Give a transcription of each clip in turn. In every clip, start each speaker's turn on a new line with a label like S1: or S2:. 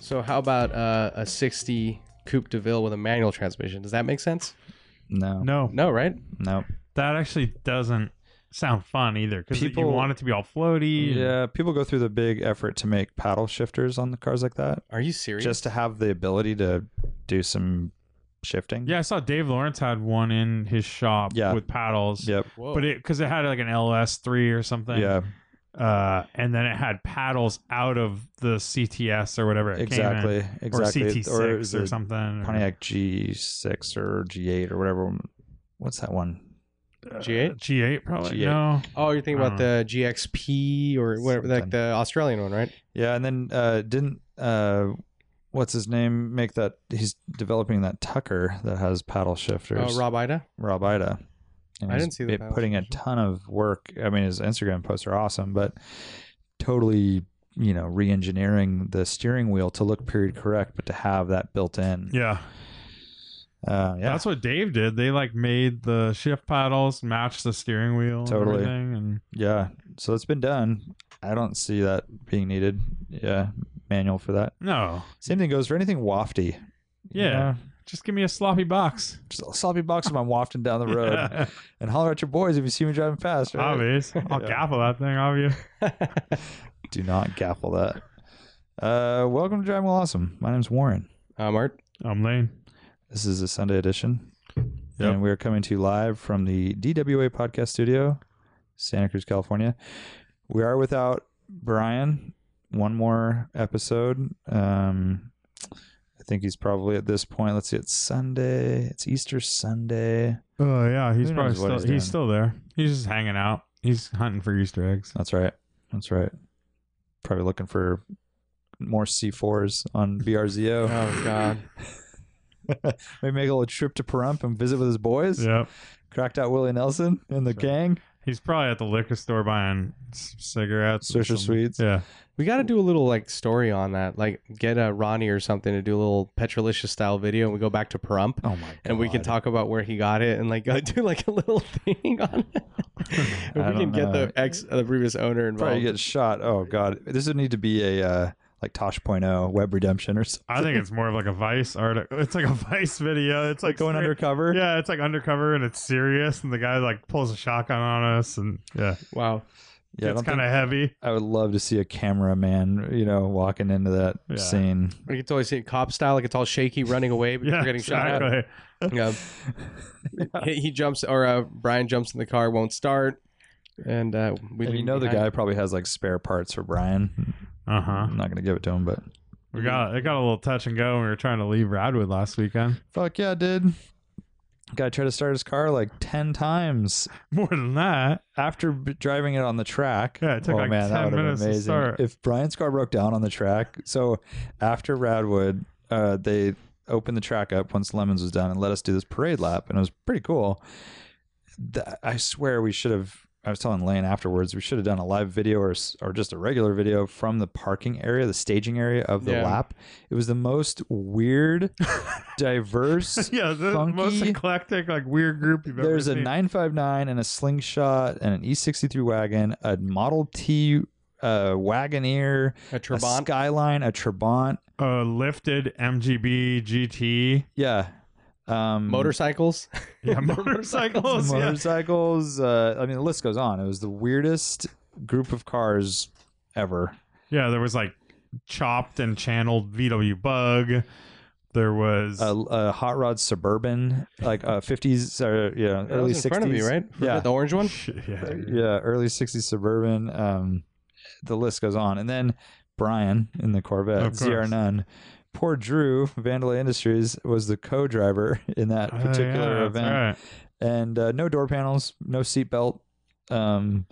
S1: So how about uh, a 60 Coupe de Ville with a manual transmission? Does that make sense?
S2: No,
S3: No,
S1: No, right?
S2: no.
S3: that actually doesn't sound fun either because you
S2: People-
S3: want it to be all floaty. and-
S2: Yeah, people go through the big effort to make paddle shifters on the cars like that,
S1: Are you serious?
S2: just to have the ability to do some shifting.
S3: Yeah, I saw Dave Lawrence had one in his shop
S2: Yeah.
S3: with paddles.
S2: Yep.
S1: Whoa.
S3: But it because it had like an LS3 or something.
S2: Yeah.
S3: Uh, and then it had paddles out of the CTS or whatever it
S2: Exactly.
S3: came in,
S2: Exactly.
S3: or CT6 or,
S2: the
S3: something. or-
S2: Pontiac G6 or G8 or whatever. What's that one?
S3: uh,
S1: G8?
S3: G8 probably.
S2: G8.
S3: No.
S1: oh, you're thinking about the GXP or whatever, like
S2: Something.
S1: the Australian one, right?
S2: Yeah, and then uh, didn't uh, what's his name make that? He's developing that Tucker that has paddle shifters.
S1: Oh, Rob Ida.
S2: Rob Ida. And
S1: I
S2: he's
S1: didn't see the
S2: been
S1: paddle
S2: putting a
S1: shifter.
S2: ton of work. I mean, his Instagram posts are awesome, but totally, you know, re-engineering the steering wheel to look period correct, but to have that built in.
S3: Yeah.
S2: uh, yeah.
S3: That's what Dave did. They like made the shift paddles match the steering wheel. and
S2: Totally.
S3: everything, And
S2: Yeah. So it's been done. I don't see that being needed. Yeah. Manual for that.
S3: no.
S2: Same thing goes for anything wafty. You
S3: Yeah.
S2: know,
S3: Just give me a sloppy box.
S2: just a sloppy box when I'm wafting down the road and holler at your boys if you see me driving fast. Right?
S3: Obvious. I'll
S2: Yeah.
S3: gaffle that thing off you.
S1: Uh,
S2: Do not gaffle that. Uh, welcome to Driving Well Awesome. My name's Warren.
S1: Um, Art.
S3: I'm Lane.
S2: This is a Sunday edition.
S3: Yep.
S2: And we're coming to you live from the DWA podcast studio, Santa Cruz, California. We are without Brian. One more episode. Um, I think he's probably at this point. Let's see, it's Sunday. It's Easter Sunday.
S3: Oh yeah, he's
S2: Who
S3: probably
S2: knows what
S3: still
S2: he's
S3: he's,
S2: doing.
S3: still there. He's just hanging out. He's hunting for Easter eggs.
S2: That's right. That's right. Probably looking for more C4s on BRZO.
S1: Oh God.
S2: Maybe make a little trip to Pahrump and visit with his boys.
S3: Yep.
S2: Cracked out Willie Nelson and the
S3: That's right.
S2: gang.
S3: He's probably at the liquor store buying s- cigarettes. and
S2: Swisher
S3: some-
S2: Sweets.
S3: Yeah.
S1: We got to do a little like story on that. Like get a Ronnie or something to do a little Petrolicious style video, and we go back to Pahrump.
S2: Oh my god.
S1: And we can talk about where he got it, and like do like a little thing on it. If we
S2: I
S1: can
S2: don't
S1: get
S2: know.
S1: the ex, uh, the previous owner
S2: Probably
S1: involved.
S2: get shot. Oh god. This would need to be a uh, like Tosh.0 web redemption or something.
S3: I think it's more of like a Vice article. It's like a Vice video. It's like
S2: Going
S3: straight-
S2: undercover.
S3: Yeah, it's like undercover and it's serious, and the guy like pulls a shotgun on us, and yeah,
S1: wow.
S2: Yeah. I,
S3: it's
S2: don't
S3: kind
S2: think,
S3: of heavy.
S2: I would love to see a cameraman, you know, walking into that
S3: Yeah.
S2: scene.
S1: You can totally see it cop style, like it's all shaky, running away, but
S3: Yeah,
S1: you're getting shot at.
S3: exactly.
S1: Yeah. he, he jumps, or uh, Brian jumps in the car, won't start, and uh, we.
S2: and you
S1: leave
S2: know the
S1: behind.
S2: guy probably has like spare parts for Brian.
S3: Uh huh.
S2: I'm not gonna give it to him, but
S3: We got it got a little touch and go. when We were trying to leave Radwood last weekend.
S2: fuck yeah, dude. Guy tried to start his car like ten times.
S3: More than that,
S2: after b- driving it on the track.
S3: Yeah, it took
S2: oh,
S3: like
S2: man, that
S3: 10
S2: would've been
S3: minutes to
S2: amazing.
S3: start.
S2: If Brian's car broke down on the track, so after Radwood, uh, they opened the track up once Lemons was done and let us do this parade lap, and it was pretty cool. Th- I swear we should have. I was telling Lane afterwards we should have done a live video or s- or just a regular video from the parking area, the staging area of the
S1: Yeah.
S2: lap. It was the most weird, diverse,
S3: yeah, the most
S2: funky-
S3: eclectic, like weird group you've ever
S2: there's a
S3: seen.
S2: 959 and a slingshot and an E63 wagon, a Model T uh, Wagoneer,
S1: a
S2: a
S1: Trabant.
S2: Skyline, a Trabant.
S3: a Uh, lifted MGB GT.
S2: Yeah. Um,
S1: Motorcycles.
S3: Yeah,
S2: some
S3: motorcycles. yeah.
S2: Motorcycles. Uh, I mean, the list goes on. It was the weirdest group of cars ever.
S3: Yeah, there was like chopped and channeled VW Bug. There was
S2: A, a hot rod Suburban, like uh, 50s or you know,
S1: That
S2: early
S1: was in
S2: 60s.
S1: front of me, right?
S2: Yeah.
S1: The orange one.
S3: Shit, yeah.
S2: yeah, early 60s suburban. Um, the list goes on. And then Brian in the Corvette,
S3: Of
S2: ZR
S3: course.
S2: None. Poor Drew, Vandalay Industries, was the co driver in that
S3: Oh,
S2: particular
S3: yeah, that's
S2: event.
S3: right.
S2: And uh, no door panels, no seatbelt. Um,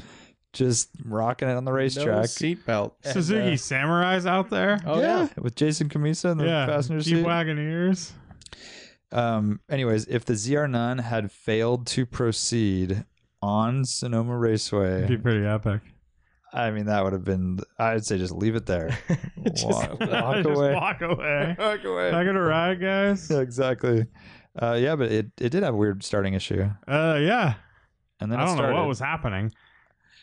S2: just rocking it on the racetrack
S1: seatbelt.
S3: Suzuki Samurais out there.
S1: Oh yeah.
S2: with Jason Kamisa in uh, the
S3: yeah,
S2: passenger
S3: Jeep
S2: seat.
S3: Wagoneers.
S2: Um, anyways, if the ZR9 had failed to proceed on Sonoma Raceway,
S3: It'd be pretty epic.
S2: I mean, that would have been, I'd say just leave it there. walk, walk
S3: Just
S2: away.
S3: walk away.
S2: Walk away.
S3: Can I get a ride, guys?
S2: Yeah, exactly. Uh, yeah, but it, it did have a weird starting issue.
S3: Uh, yeah.
S2: And then
S3: I
S2: it
S3: don't know
S2: started.
S3: what was happening.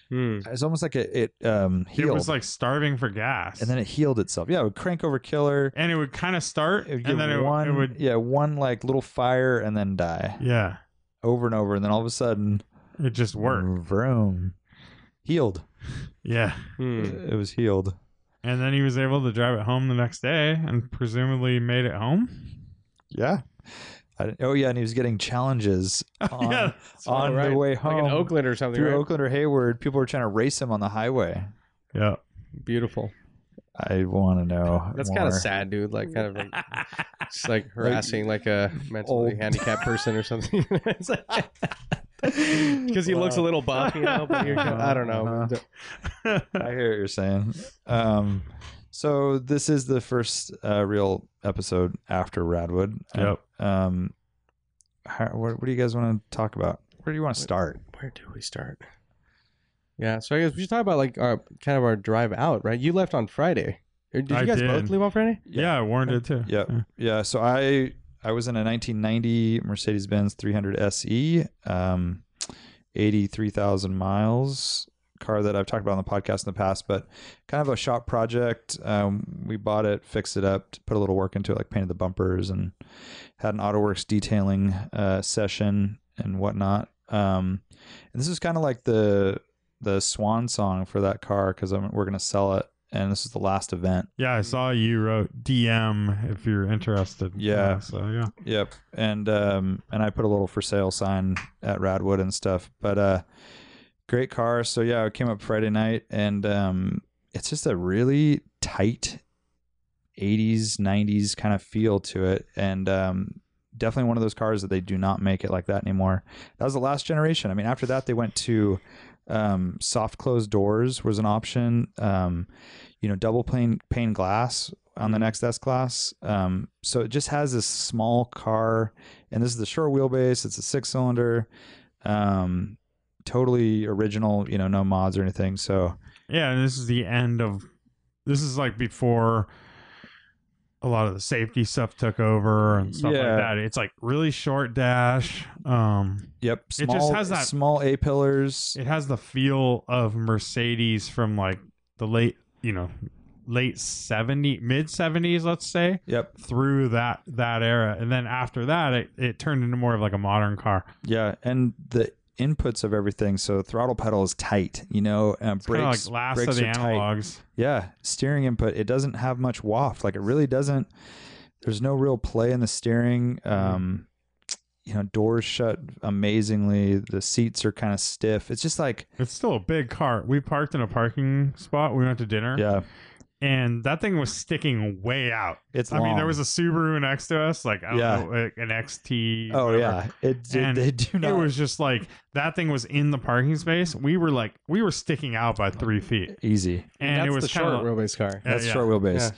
S1: Hmm.
S2: It's almost like it, it um, healed.
S3: It was like starving for gas.
S2: and then it healed itself. Yeah, it would crank over killer.
S3: and it would kind of start,
S2: It would get
S3: and then it,
S2: one,
S3: it would,
S2: yeah, one like little fire and then die
S3: yeah,
S2: over and over. And then all of a sudden,
S3: it just
S2: Mm.
S3: worked.
S2: vroom, healed.
S3: Yeah,
S1: Hmm.
S2: It was healed.
S3: and then he was able to drive it home the next day, and presumably made it home.
S2: Yeah. I didn't, oh yeah, and he was getting challenges on,
S3: yeah,
S2: on the
S1: right.
S2: way home
S1: Like in Oakland or something.
S2: through
S1: right?
S2: Oakland or Hayward. People were trying to race him on the highway.
S3: yeah.
S1: Beautiful.
S2: I want to know.
S1: That's
S2: more.
S1: kind of sad, dude. Like kind of like just like harassing like a mentally
S2: Old.
S1: handicapped person or something. Because he looks a little buff, you know. But you're, I don't know.
S2: Uh-huh. I hear what you're saying. Um, so this is the first uh, real episode after Radwood.
S3: Yep.
S2: Um, how, what, what do you guys want to talk about? Where do you want to start?
S1: Where do we start? Yeah, so I guess we should talk about like our kind of our drive out, right? You left on Friday. Or did you
S3: I
S1: guys
S3: did.
S1: both leave on Friday?
S3: yeah, I warned it too.
S2: Yep. Yeah. So I I was in a 1990 Mercedes Benz 300 SE, um, 83,000 miles car that I've talked about on the podcast in the past, but kind of a shop project. Um, we bought it, fixed it up, put a little work into it, like painted the bumpers and had an AutoWorks detailing uh, session and whatnot. Um, and this is kind of like the the swan song for that car because we're going to sell it. And this is the last event
S3: Yeah, I saw you wrote DM if you're interested.
S2: Yeah.
S3: so yeah,
S2: Yep. And um and I put a little for sale sign at Radwood and stuff. But uh great car. So yeah, I came up Friday night and um it's just a really tight 80s 90s kind of feel to it and um definitely one of those cars that they do not make it like that anymore. That was the last generation. I mean, after that they went to um soft closed doors was an option. Um you know, double pane pane glass on the
S3: Mm-hmm.
S2: next S class. Um, so it just has this small car, and this is the short wheelbase. It's a six cylinder, um, totally original. You know, no mods or anything. So
S3: yeah. And this is the end of this is like before a lot of the safety stuff took over and stuff
S2: Yeah.
S3: like that. It's like really short dash. Um,
S2: yep,
S3: It
S2: small,
S3: just has that-
S2: small A pillars.
S3: it has the feel of Mercedes from like the late, you know, late 70 mid 70s, let's say,
S2: Yep,
S3: through that that era. And then after that, it, it turned into more of like a modern car.
S2: yeah, and the inputs of everything. So throttle pedal is tight. You know, uh,
S3: It's kind of
S2: brakes
S3: like last
S2: brakes
S3: of the
S2: are tight.
S3: analogs.
S2: Yeah, steering input. It doesn't have much waft. Like it really doesn't. There's no real play in the steering.
S3: Mm-hmm.
S2: Um, you know, doors shut amazingly. The seats are kind of stiff. It's just like
S3: It's still a big car. We parked in a parking spot. We went to dinner.
S2: yeah,
S3: And that thing was sticking way out.
S2: it's.
S3: I mean, there
S2: long.
S3: was a Subaru next to us, like, I
S2: Yeah.
S3: don't know, like an XT.
S2: Oh
S3: whatever.
S2: yeah, it did.
S3: And
S2: They do
S3: It
S2: not.
S3: was just like that thing was in the parking space. We were like, we were sticking out by three feet.
S2: easy.
S3: and
S1: That's
S3: it was
S1: the short
S3: kinda-
S1: wheelbase car.
S3: Yeah,
S2: That's
S3: yeah.
S2: short wheelbase.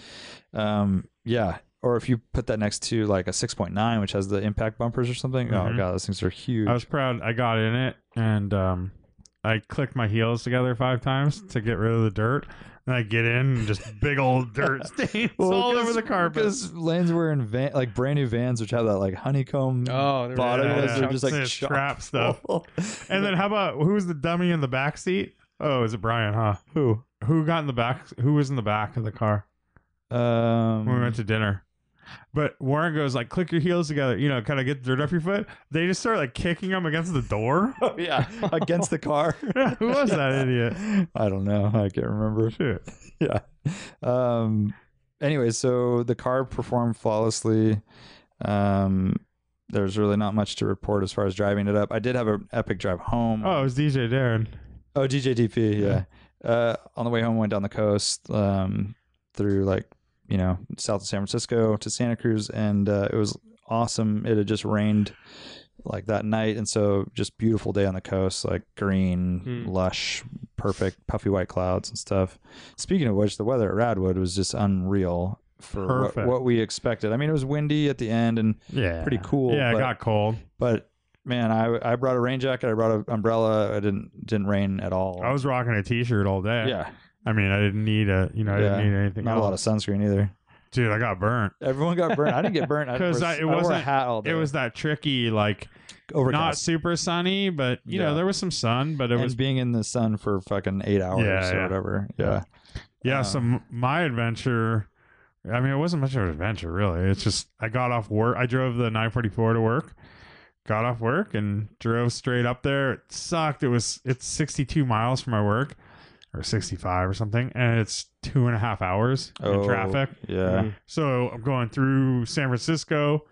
S2: Um, yeah. Or if you put that next to like a 6.9, which has the impact bumpers or something. Oh
S3: Mhm.
S2: god, those things are huge.
S3: I was proud. I got in it and um, I clicked my heels together five times to get rid of the dirt. And I get in and just big old dirt stains
S2: Well,
S3: all over
S2: 'cause-
S3: the carpet.
S2: Because lanes were in van, like brand new vans, which have that like honeycomb
S1: Oh, there
S2: bottom
S3: Yeah,
S2: was
S3: yeah.
S2: they're just like
S3: It's
S2: chock
S3: trap stuff.
S2: full.
S3: And then how about who was the dummy in the back seat? Oh, is it Brian? Huh?
S2: who?
S3: Who got in the back? Who was in the back of the car
S2: Um,
S3: when we went to dinner? But Warren goes like, "Click your heels together," you know, kind of get the dirt off your foot. They just start like kicking him against the door.
S2: yeah, against the car.
S3: who was that idiot?
S2: I don't know. I can't remember.
S3: Shit.
S2: yeah. Um. Anyway, so the car performed flawlessly. Um. There's really not much to report as far as driving it up. I did have an epic drive home.
S3: Oh, it was DJ Darren.
S2: Oh, DJDP, yeah. Uh, on the way home, went down the coast um, through like you know south of San Francisco to Santa Cruz, and uh, it was awesome. It had just rained like that night, and so just beautiful day on the coast, like green,
S1: Hmm.
S2: lush, perfect puffy white clouds and stuff. Speaking of which, the weather at Radwood was just unreal for what,
S3: Perfect.
S2: what we expected. I mean, it was windy at the end, and
S3: Yeah.
S2: Pretty cool,
S3: Yeah,
S2: but-
S3: it got cold.
S2: but man, I I brought a rain jacket, I brought an umbrella. It didn't didn't rain at all.
S3: I was rocking a t-shirt all day.
S2: yeah,
S3: I mean, I didn't need a, you know, I
S2: Yeah.
S3: didn't need anything
S2: not a
S3: else.
S2: lot of sunscreen either.
S3: Dude, I got burnt.
S2: Everyone got burnt. I didn't get burnt I
S3: 'Cause
S2: wore-
S3: I- it
S2: wore a
S3: wasn't-
S2: hat all day.
S3: It was that tricky, like not
S2: overcast.
S3: super sunny, but you
S2: Yeah.
S3: know, there was some sun, but it
S2: and
S3: was
S2: being in the sun for fucking eight hours
S3: Yeah,
S2: or
S3: yeah.
S2: whatever. Yeah,
S3: yeah.
S2: uh,
S3: so m- my adventure, I mean, it wasn't much of an adventure really. It's just I got off work. I drove the 944 to work. Got off work and drove straight up there. It sucked. It was it's 62 miles from my work, or 65 or something, and it's two and a half hours
S2: Oh.
S3: in traffic.
S2: yeah.
S3: So I'm going through San Francisco,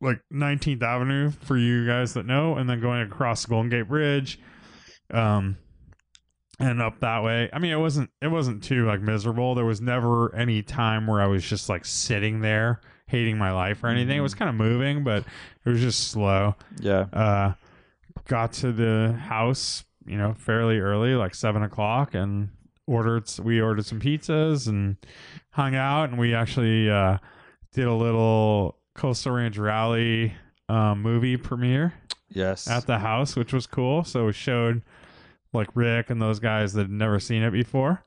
S3: like 19th Avenue for you guys that know, and then going across the Golden Gate Bridge, um, and up that way. I mean, it wasn't it wasn't too like miserable. There was never any time where I was just like sitting there hating my life or anything. It was kind of moving, but it was just slow.
S2: yeah.
S3: Uh, got to the house, you know, fairly early, like seven o'clock, and ordered. We ordered some pizzas and hung out, and we actually uh, did a little Coastal Ranch Rally um, movie premiere
S2: Yes.
S3: at the house, which was cool. So we showed like Rick and those guys that had never seen it before.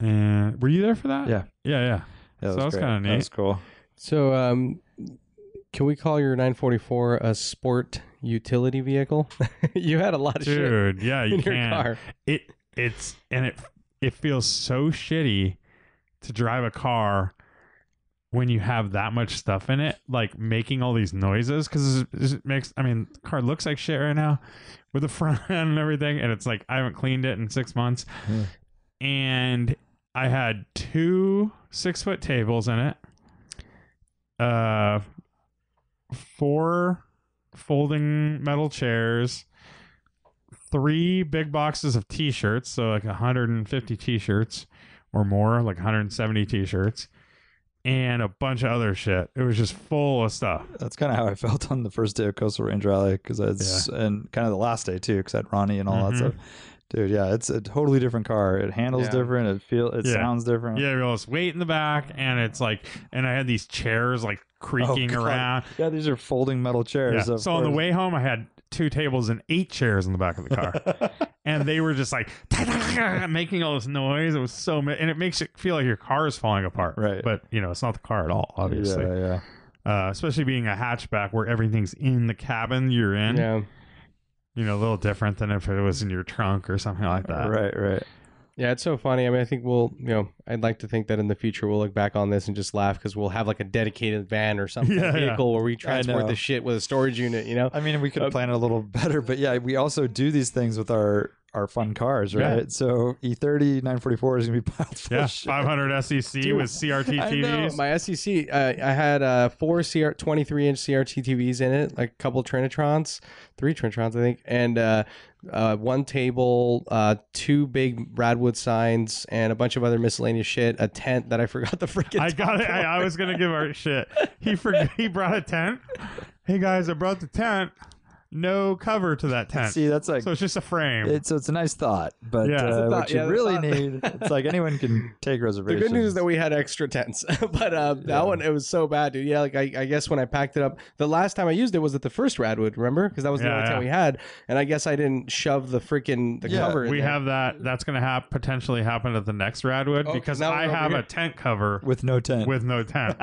S3: And were you there for that?
S2: Yeah.
S3: yeah, yeah.
S2: Yeah,
S3: so that was
S2: great.
S3: kinda
S2: That was cool.
S1: So, um, can we call your 944 a sport utility vehicle? you had a lot of shit
S3: Dude, yeah, you
S1: in your
S3: can.
S1: car.
S3: it it's and it it feels so shitty to drive a car when you have that much stuff in it like making all these noises because it makes i mean the car looks like shit right now with the front end and everything and it's like i haven't cleaned it in six months
S2: Yeah.
S3: and i had two six foot tables in it uh four folding metal chairs three big boxes of t-shirts so like 150 t-shirts or more like 170 t-shirts and a bunch of other shit it was just full of stuff
S2: That's kind of how I felt on the first day of Coastal Range Rally because I was, and kind of the last day too because I had Ronnie and all
S3: Mhm.
S2: that stuff. Dude, yeah, it's a totally different car. It handles
S1: Yeah.
S2: different. It feel it
S3: Yeah.
S2: sounds different.
S3: yeah there was weight in the back and it's like and i had these chairs like creaking
S2: Oh, God.
S3: around
S2: Yeah, these are folding metal
S3: Yeah.
S2: chairs.
S3: so
S2: of
S3: on the
S2: course.
S3: way home i had two tables and eight chairs in the back of the car and they were just like making all this noise it was so ma- and it makes it feel like your car is falling apart
S2: Right.
S3: but you know it's not the car at all obviously
S2: Yeah, yeah.
S3: uh, especially being a hatchback where everything's in the cabin you're in.
S1: Yeah.
S3: You know, a little different than if it was in your trunk or something like that.
S2: Right, right.
S1: Yeah, it's so funny. I mean, I think we'll, you know, I'd like to think that in the future we'll look back on this and just laugh because we'll have like a dedicated van or something,
S3: Yeah, yeah.
S1: vehicle where we transport
S2: know.
S1: the shit with a storage unit, you know?
S2: I mean, we could
S1: Uh,
S2: plan it a little better, but yeah, we also do these things with our our fun cars,
S3: Yeah.
S2: right? So E E30 944 is gonna be piled full
S3: Yeah.
S2: of shit.
S3: 500 SEC E with CRT
S1: I know.
S3: TVs.
S1: My SEC, uh, I had uh, four CR, 23 inch CRT TVs in it, like a couple Trinitrons, three Trinitrons, I think, and uh, uh, one table, uh, two big Radwood signs, and a bunch of other miscellaneous shit, a tent that I forgot the freaking
S3: I got it.
S1: top
S3: I, I was gonna give our shit. He forgot. He brought a tent. Hey guys, I brought the tent. No cover to that tent,
S2: See, that's like
S3: so it's just a frame.
S2: it's so it's a nice thought, but
S3: Yeah. It's a
S2: uh,
S1: thought,
S2: what you
S1: yeah, that's
S2: really
S1: thought.
S2: need, it's like anyone can take
S1: The
S2: reservations.
S1: good news is that we had extra tents, but um, that one it was so bad, dude. Yeah, like I, I guess when I packed it up, the last time I used it was at the first Radwood, remember? Because that was the
S3: Yeah,
S1: only time
S3: yeah.
S1: we had, and I guess I didn't shove the freaking the
S2: Yeah,
S1: cover. in
S3: we
S1: there.
S3: have that. That's gonna hap- potentially happen at the next Radwood
S1: Oh,
S3: because
S1: now we're
S3: I
S1: over
S3: have
S1: here.
S3: a tent cover
S2: with no tent.
S3: with no tent.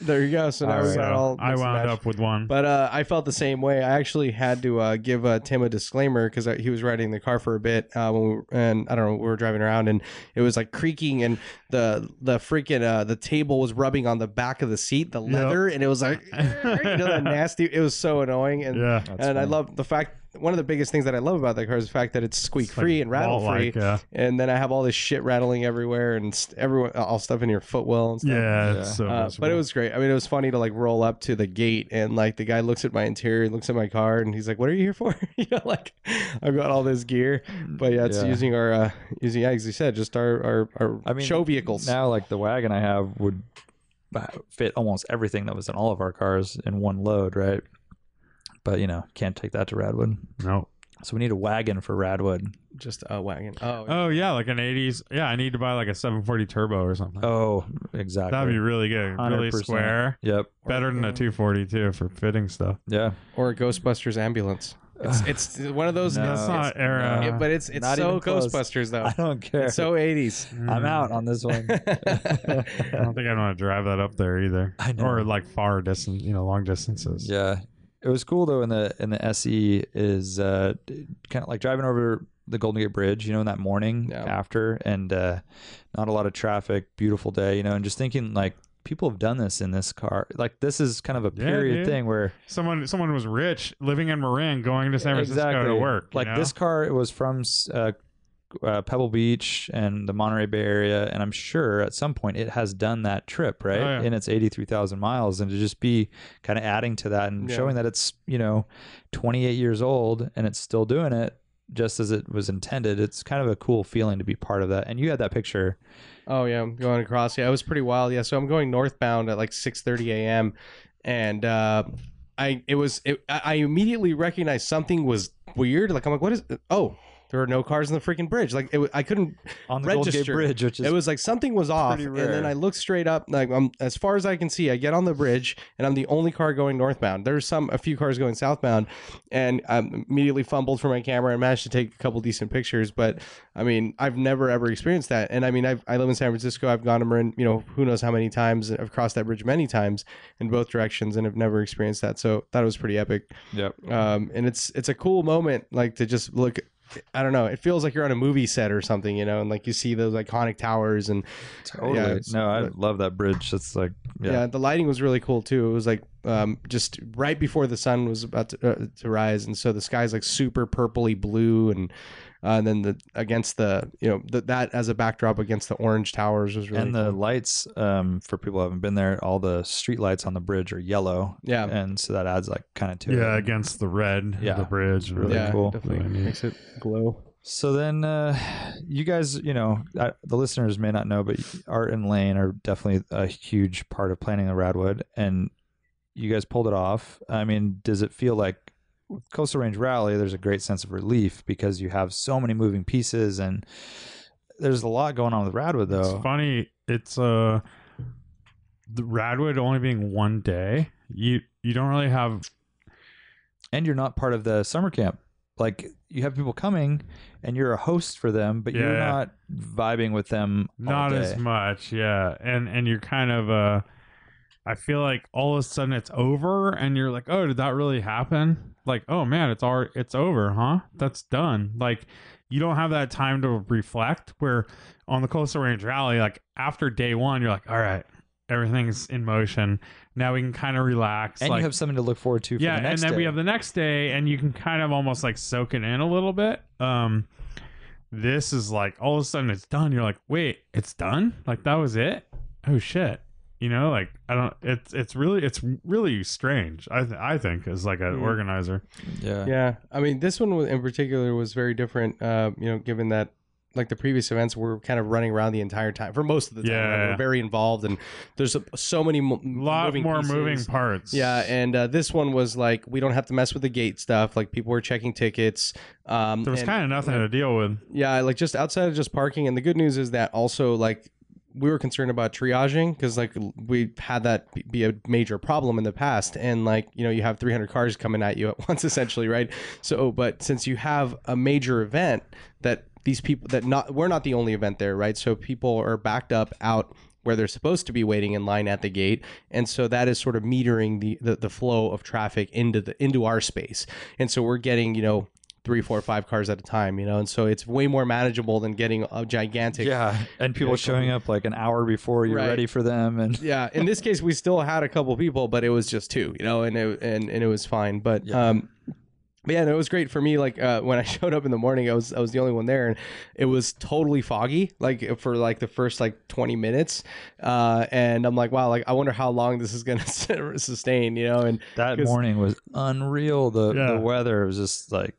S1: There you go. So now we
S3: So
S1: got all.
S3: I
S1: mixed and
S3: wound
S1: matched.
S3: up with one.
S1: But uh, I felt the same way. I actually had to uh, give uh, Tim a disclaimer because he was riding the car for a bit uh, when we were, and I don't know we were driving around and it was like creaking and the the freaking uh, the table was rubbing on the back of the seat the
S3: Yep.
S1: leather and it was like you know that nasty it was so annoying and
S3: yeah,
S2: That's
S1: and I
S2: funny.
S1: love the fact one of the biggest things that I love about that car is the fact that it's squeak
S3: It's like
S1: free and rattle free
S3: vault-like, yeah.
S1: and then I have all this shit rattling everywhere and st- everyone all stuff in your footwell and stuff.
S3: yeah,
S2: Yeah.
S3: It's so
S1: Uh, but it
S3: miserable.
S1: was great. I mean, it was funny to like roll up to the gate and like the guy looks at my interior, looks at my car, and he's like, "What are you here for?" you know, like I've got all this gear, but yeah, it's
S2: Yeah.
S1: using our uh, using yeah, as you said, just our our, our
S2: I mean,
S1: show vehicles.
S2: Now, like the wagon I have would ba- fit almost everything that was in all of our cars in one load, right? But you know, can't take that to Radwood.
S3: no.
S2: So we need a wagon for Radwood.
S1: Just a wagon. Oh,
S3: Oh yeah, like an '80s. Yeah, I need to buy like a 740 turbo or something.
S2: Oh, exactly.
S3: That'd be really good. Really
S2: 100%.
S3: square.
S2: Yep.
S3: Better than a 240 too for fitting stuff.
S2: Yeah.
S1: or a Ghostbusters ambulance. It's, it's one of those.
S2: No,
S3: That's
S1: it's-
S3: not era.
S2: no.
S1: yeah, but it's it's
S2: Not
S1: so
S2: even close.
S1: Ghostbusters though.
S2: I don't care.
S1: It's so 80s.
S2: I'm out
S3: Hmm.
S2: on this one.
S3: Mm. I don't think I'd want to drive that up there either,
S2: I know.
S3: or like far distance, you know, long distances.
S2: Yeah. It was cool though in the in the SE is uh kind of like driving over the Golden Gate Bridge, you know, in that morning
S1: Yeah.
S2: after and uh not a lot of traffic, beautiful day, you know, and just thinking like people have done this in this car. Like this is kind of a
S3: Yeah,
S2: period
S3: dude.
S2: thing where
S3: Someone, someone was rich, living in Marin, going to San Francisco to work. you
S2: Like
S3: know?
S2: this car it was from uh, uh, Pebble Beach and the Monterey Bay area and I'm sure at some point it has done that trip, right?
S3: Oh, yeah.
S2: In its 83,000 miles and to just be kind of adding to that and
S1: Yeah.
S2: showing that it's, you know, 28 years old and it's still doing it just as it was intended. It's kind of a cool feeling to be part of that. And you had that picture.
S1: Oh yeah, I'm going across. Yeah, it was pretty wild. Yeah, so I'm going northbound at like 6:30 a.m. and uh, I it was it, I I immediately recognized something was weird. Like I'm like, what is? Oh, there are no cars on the freaking bridge. Like it, wa- I couldn't
S2: On the Golden Gate
S1: Registered.
S2: Bridge, which is
S1: it was like something was off,
S2: pretty
S1: and
S2: rare.
S1: then I look straight up. Like I'm as far as I can see, I get on the bridge, and I'm the only car going northbound. There's some a few cars going southbound, and I immediately fumbled for my camera and managed to take a couple decent pictures. But I mean, I've never ever experienced that, and I mean, I've, I live in San Francisco. I've gone to Marin, you know, who knows how many times. I've crossed that bridge many times in both directions, and have never experienced that. So that was pretty epic
S2: Yep.
S1: um, and it's it's a cool moment like to just look i don't know it feels like you're on a movie set or something you know and like you see those iconic towers and
S2: Totally.
S1: yeah, it's-
S2: no, I love that bridge. It's like
S1: yeah.
S2: yeah.
S1: the lighting was really cool too it was like um, just right before the sun was about to, uh, to rise and so the sky's like super purpley blue and uh, and then the against the you know th- that as a backdrop against the orange towers was really
S2: and the
S1: cool.
S2: lights um, for people who haven't been there all the street lights on the bridge are yellow
S1: yeah
S2: and so that adds like kind of to
S3: yeah,
S2: it
S3: against the red,
S2: Yeah.
S3: of the bridge, and
S2: Really
S1: yeah,
S2: cool.
S1: definitely
S3: Really neat.
S1: makes it glow
S2: so then uh, you guys you know I, the listeners may not know but art and lane are definitely a huge part of planning a radwood and you guys pulled it off i mean does it feel like with coastal range rally there's a great sense of relief because you have so many moving pieces and there's a lot going on with radwood though
S3: It's funny. It's uh, the Radwood only being one day. You you don't really have
S2: and you're not part of the summer camp. Like you have people coming, and you're a host for them, but you're
S3: Yeah.
S2: not vibing with them. all
S3: not
S2: day.
S3: as much. Yeah, and and you're kind of uh, I feel like all of a sudden it's over, and you're like, oh, did that really happen? Like, oh man, it's all it's over, huh? That's done. Like, you don't have that time to reflect. Where on the Coastal Range Rally, like after day one, you're like, all right, everything's in motion. Now we can kind of relax.
S2: and
S3: like,
S2: you have something to look forward to. For
S3: yeah
S2: the
S3: and
S2: next
S3: then we
S2: day.
S3: have the next day and you can kind of almost like soak it in a little bit um this is like all of a sudden it's done you're like wait it's done like that was it oh shit you know like i don't it's it's really it's really strange i th- i think as like an
S1: Mm.
S3: organizer
S2: yeah.
S1: yeah i mean this one was- in particular was very different uh you know given that like the previous events were kind of running around the entire time for most of the time
S3: Yeah,
S1: right?
S3: yeah,
S1: we're
S3: yeah.
S1: very involved and there's a, so many mo-
S3: a lot
S1: moving
S3: more
S1: pieces.
S3: moving parts
S1: yeah and uh, this one was like we don't have to mess with the gate stuff like people were checking tickets um
S3: there was
S1: and-
S3: kind of nothing to deal with
S1: yeah like just outside of just parking and the good news is that also like we were concerned about triaging because like we had that be- be a major problem in the past and like you know you have 300 cars coming at you at once essentially right so but since you have a major event that these people that not we're not the only event there right so people are backed up out where they're supposed to be waiting in line at the gate and so that is sort of metering the the, the flow of traffic into the into our space and so we're getting you know three four five cars at a time you know and so it's way more manageable than getting a gigantic
S2: Yeah, and people
S1: Yeah,
S2: showing up like an hour before you're
S1: Right.
S2: ready for them, and
S1: yeah in this case we still had a couple people but it was just two you know and it and, and it was fine but um but yeah, no, it was great for me. Like uh, when I showed up in the morning, I was I was the only one there, and it was totally foggy. Like for like the first like twenty minutes, uh, and I'm like, wow, like I wonder how long this is gonna sustain, you know? And
S2: that
S1: 'Cause-
S2: morning was unreal. The
S3: Yeah.
S2: the weather was just like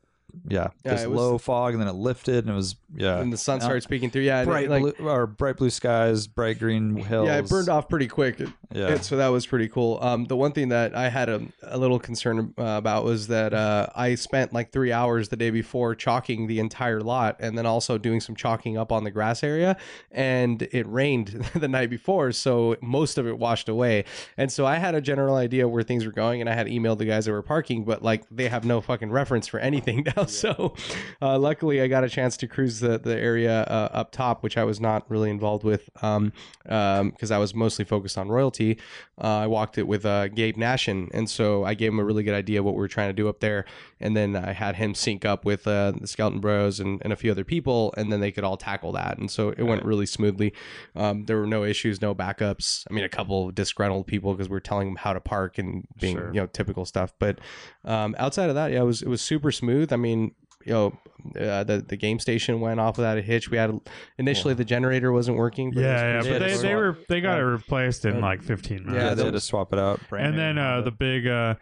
S2: yeah,
S1: Yeah,
S2: this
S1: it was-
S2: low fog, and then it lifted, and it was yeah,
S1: and the sun
S2: Yeah.
S1: started speaking through. Yeah, and it,
S2: bright
S1: like
S2: blue or bright blue skies, bright green hills.
S1: yeah, it burned off pretty quick. It
S2: Yeah.
S1: And so that was pretty cool. Um, the one thing that I had a, a little concern uh, about was that uh, I spent like three hours the day before chalking the entire lot and then also doing some chalking up on the grass area. And it rained the night before, so most of it washed away. And so I had a general idea where things were going and I had emailed the guys that were parking, but like they have no fucking reference for anything now. So uh, luckily I got a chance to cruise the, the area uh, up top, which I was not really involved with um, um, because I was mostly focused on royalty. Uh, I walked it with uh, Gabe Nashin, and so I gave him a really good idea what we were trying to do up there. And then I had him sync up with uh, the Skeleton Bros and, and a few other people, and then they could all tackle that. And so it went really smoothly. Um, there were no issues, no backups. I mean, a couple of disgruntled people because we were telling them how to park and being
S2: Sure.
S1: you know typical stuff. But um, outside of that, yeah, it was it was super smooth. I mean, you know, uh, the the game station went off without a hitch. We had initially the generator wasn't working. But it was
S3: yeah, yeah,
S1: pretty
S3: but they,
S1: straightforward.
S3: they were they got
S1: Yeah.
S3: it replaced in like 15 minutes.
S2: yeah,
S1: Yeah,
S2: they
S1: that
S2: had to swap it out. brand
S3: and
S2: new.
S3: then uh, the big uh,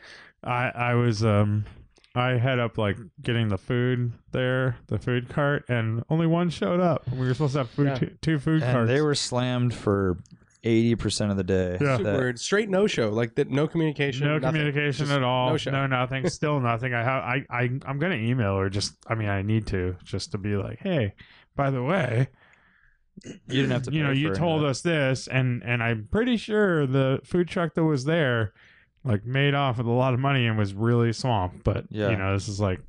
S3: I I was um I head up like getting the food there, the food cart, and only one showed up. We were supposed to have food
S1: Yeah.
S3: two, two food
S2: And
S3: carts.
S2: they were slammed for eighty percent of the day.
S3: Yeah.
S1: super
S2: That-
S1: weird. Straight no show. Like that, no communication.
S3: no
S1: nothing.
S3: communication
S1: Just
S3: at all.
S1: no
S3: No,
S1: show.
S3: nothing. Still nothing. I have. I. I. I'm gonna email or just. I mean, I need to just to be like, hey, by the way,
S2: you didn't have to.
S3: you know,
S2: pay
S3: you
S2: for
S3: told
S2: any of
S3: us this, and and I'm pretty sure the food truck that was there, like, made off with a lot of money and was really swamped. But
S2: Yeah.
S3: you know, this is like,
S2: that.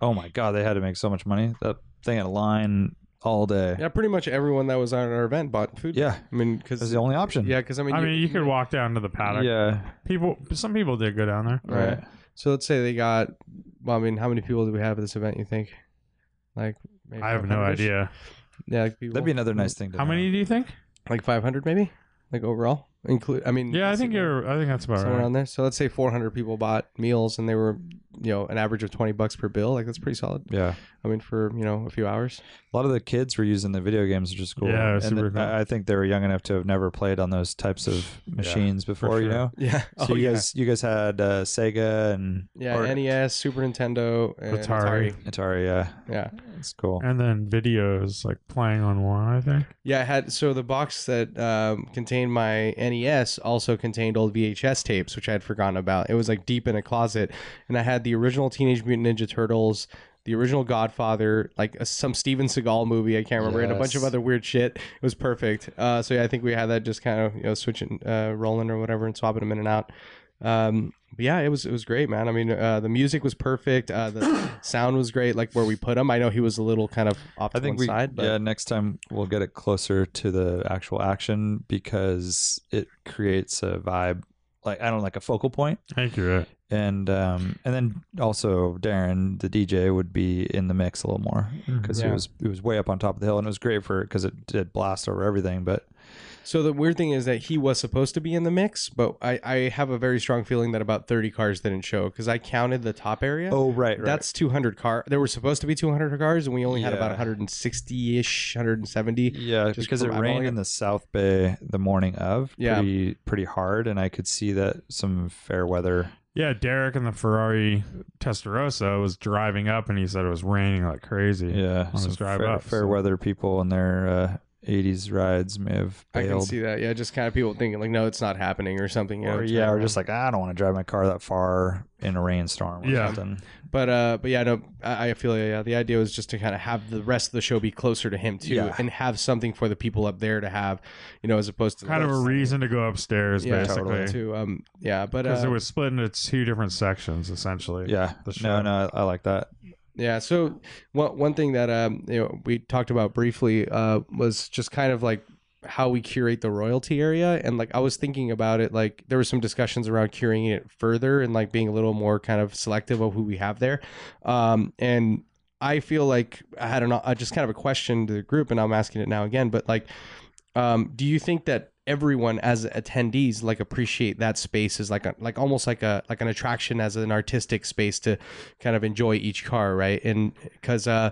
S2: Oh my god, they had to make so much money. That thing had a line all day.
S1: Yeah, pretty much everyone that was at our event bought food.
S2: Yeah,
S1: I mean,
S2: that's
S1: because
S2: the only option.
S1: yeah, because I mean,
S3: I mean, you could walk down to the paddock.
S2: yeah,
S3: People, some people did go down there.
S2: right.
S1: So let's say they got. Well, I mean, how many people do we have at this event? You think? Like, maybe
S3: I have no
S1: 500-ish?
S3: idea.
S1: Yeah, like people,
S2: That'd be another nice thing. to
S3: How
S2: have.
S3: many do you think?
S1: like 500 maybe, like overall. Include. I mean,
S3: Yeah, I think
S1: you're.
S3: you're. I think that's about
S1: Mm, somewhere
S3: right.
S1: around there. So let's say 400 people bought meals, and they were, you know, an average of 20 bucks per bill. Like that's pretty solid.
S2: Yeah,
S1: I mean, for you know, a few hours.
S2: a lot of the kids were using the video games, which is cool.
S3: Yeah, it
S2: and
S3: was super
S2: the-
S3: cool.
S2: I I think they were young enough to have never played on those types of machines before. You
S3: sure.
S2: know,
S1: Oh, Yeah.
S2: so you guys, you guys had uh, Sega and
S1: yeah.
S2: or
S1: NES, Super Nintendo, and Atari.
S3: Atari.
S2: Atari. Yeah,
S1: Yeah.
S2: it's cool.
S3: And then videos like playing on one. I think.
S1: Yeah. I had so the box that um, contained my NES also contained old VHS tapes, which I had forgotten about. It was like deep in a closet, and I had the original Teenage Mutant Ninja Turtles. The original Godfather, like uh, some Steven Seagal movie, I can't remember, and a bunch of
S2: Yes.
S1: other weird shit. It was perfect. Uh, so yeah, I think we had that just kind of you know switching, uh, rolling or whatever, and swapping them in and out. Um, but yeah, it was it was great, man. I mean, uh, the music was perfect. Uh, the sound was great. Like where we put him, I know he was a little kind of off to
S2: I think
S1: one
S2: we
S1: side, but
S2: yeah next time we'll get it closer to the actual action because it creates a vibe like I don't know, like a focal point
S3: Thank you. Right.
S2: and um and then also Darren the DJ would be in the mix a little more because
S1: Yeah.
S2: he was he was way up on top of the hill and it was great for because it did blast over everything but
S1: So the weird thing is that he was supposed to be in the mix, but I, I have a very strong feeling that about 30 cars didn't show because I counted the top area.
S2: oh right right
S1: That's 200 car. There were supposed to be 200 cars, and we only had about
S2: Yeah.
S1: 160 ish, 170.
S2: yeah
S1: just
S2: because it
S1: from eyeballing
S2: rained
S1: it.
S2: in the South Bay the morning of
S1: Yeah.
S2: pretty pretty hard and I could see that some fair weather
S3: Yeah, Derek and the Ferrari Testarossa was driving up, and he said it was raining like crazy.
S2: yeah
S3: On his
S2: some
S3: drive
S2: fair,
S3: up,
S2: fair
S3: so-
S2: weather people and their uh, 80s rides may have
S1: I can
S2: bailed.
S1: see that. Yeah, just kind of people thinking, like, no, it's not happening or something. you know,
S2: or
S1: it's
S2: yeah,
S1: not
S2: or just like "Ah, I don't want to drive my car that far in a rainstorm. Or
S3: Yeah.
S2: something.
S1: But uh, but yeah, no, I, I feel yeah. The idea was just to kind of have the rest of the show be closer to him too,
S2: Yeah.
S1: and have something for the people up there to have, you know, as opposed to
S3: Kind of a reason to go upstairs,
S1: yeah,
S3: basically, because
S1: to um, yeah, but uh,
S3: it was split into two different sections, essentially.
S2: Yeah,
S3: The
S2: no,
S3: show.
S2: no, I, I like that.
S1: Yeah. So one one thing that um you know we talked about briefly uh was just kind of like how we curate the royalty area and like I was thinking about it like there were some discussions around curing it further and like being a little more kind of selective of who we have there. Um and I feel like I had an I just kind of a question to the group and I'm asking it now again, but like um do you think that everyone as attendees like appreciate that space as like a like almost like a like an attraction as an artistic space to kind of enjoy each car, right? And because uh,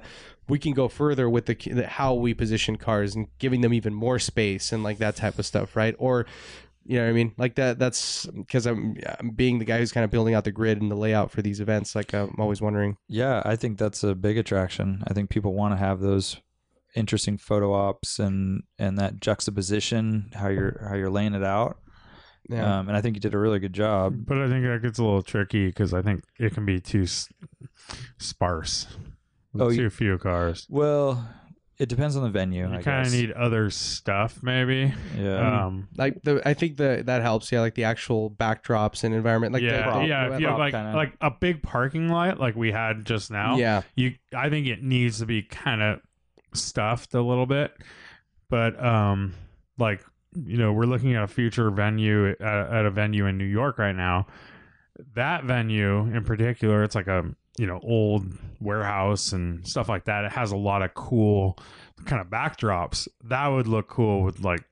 S1: we can go further with the, the how we position cars and giving them even more space and like that type of stuff, right? Or you know what I mean? Like that. That's because I'm, I'm being the guy who's kind of building out the grid and the layout for these events. Like uh, I'm always wondering.
S2: Yeah, I think that's a big attraction. I think people want to have those interesting photo ops and and that juxtaposition how you're how you're laying it out.
S3: Uh,
S1: Yeah.
S2: Um, and I think you did a really good job.
S3: But I think that gets a little tricky because I think it can be too s- sparse.
S2: Oh,
S3: too
S2: you-
S3: few cars.
S2: Well, it depends on the venue. I
S3: You kind
S2: guess.
S3: of need other stuff, maybe.
S2: yeah.
S3: Um,
S1: like the, I think the that helps. Yeah, like the actual backdrops and environment. Like
S3: yeah,
S1: the prop,
S3: yeah. If you have
S2: prop
S3: like
S2: kinda-
S3: like a big parking lot, like we had just now,
S1: yeah.
S3: you I think it needs to be kind of stuffed a little bit, but um, like you know, we're looking at a future venue at, at a venue in New York right now. That venue in particular, it's like a you know old warehouse and stuff like that. It has a lot of cool kind of backdrops. That would look cool with like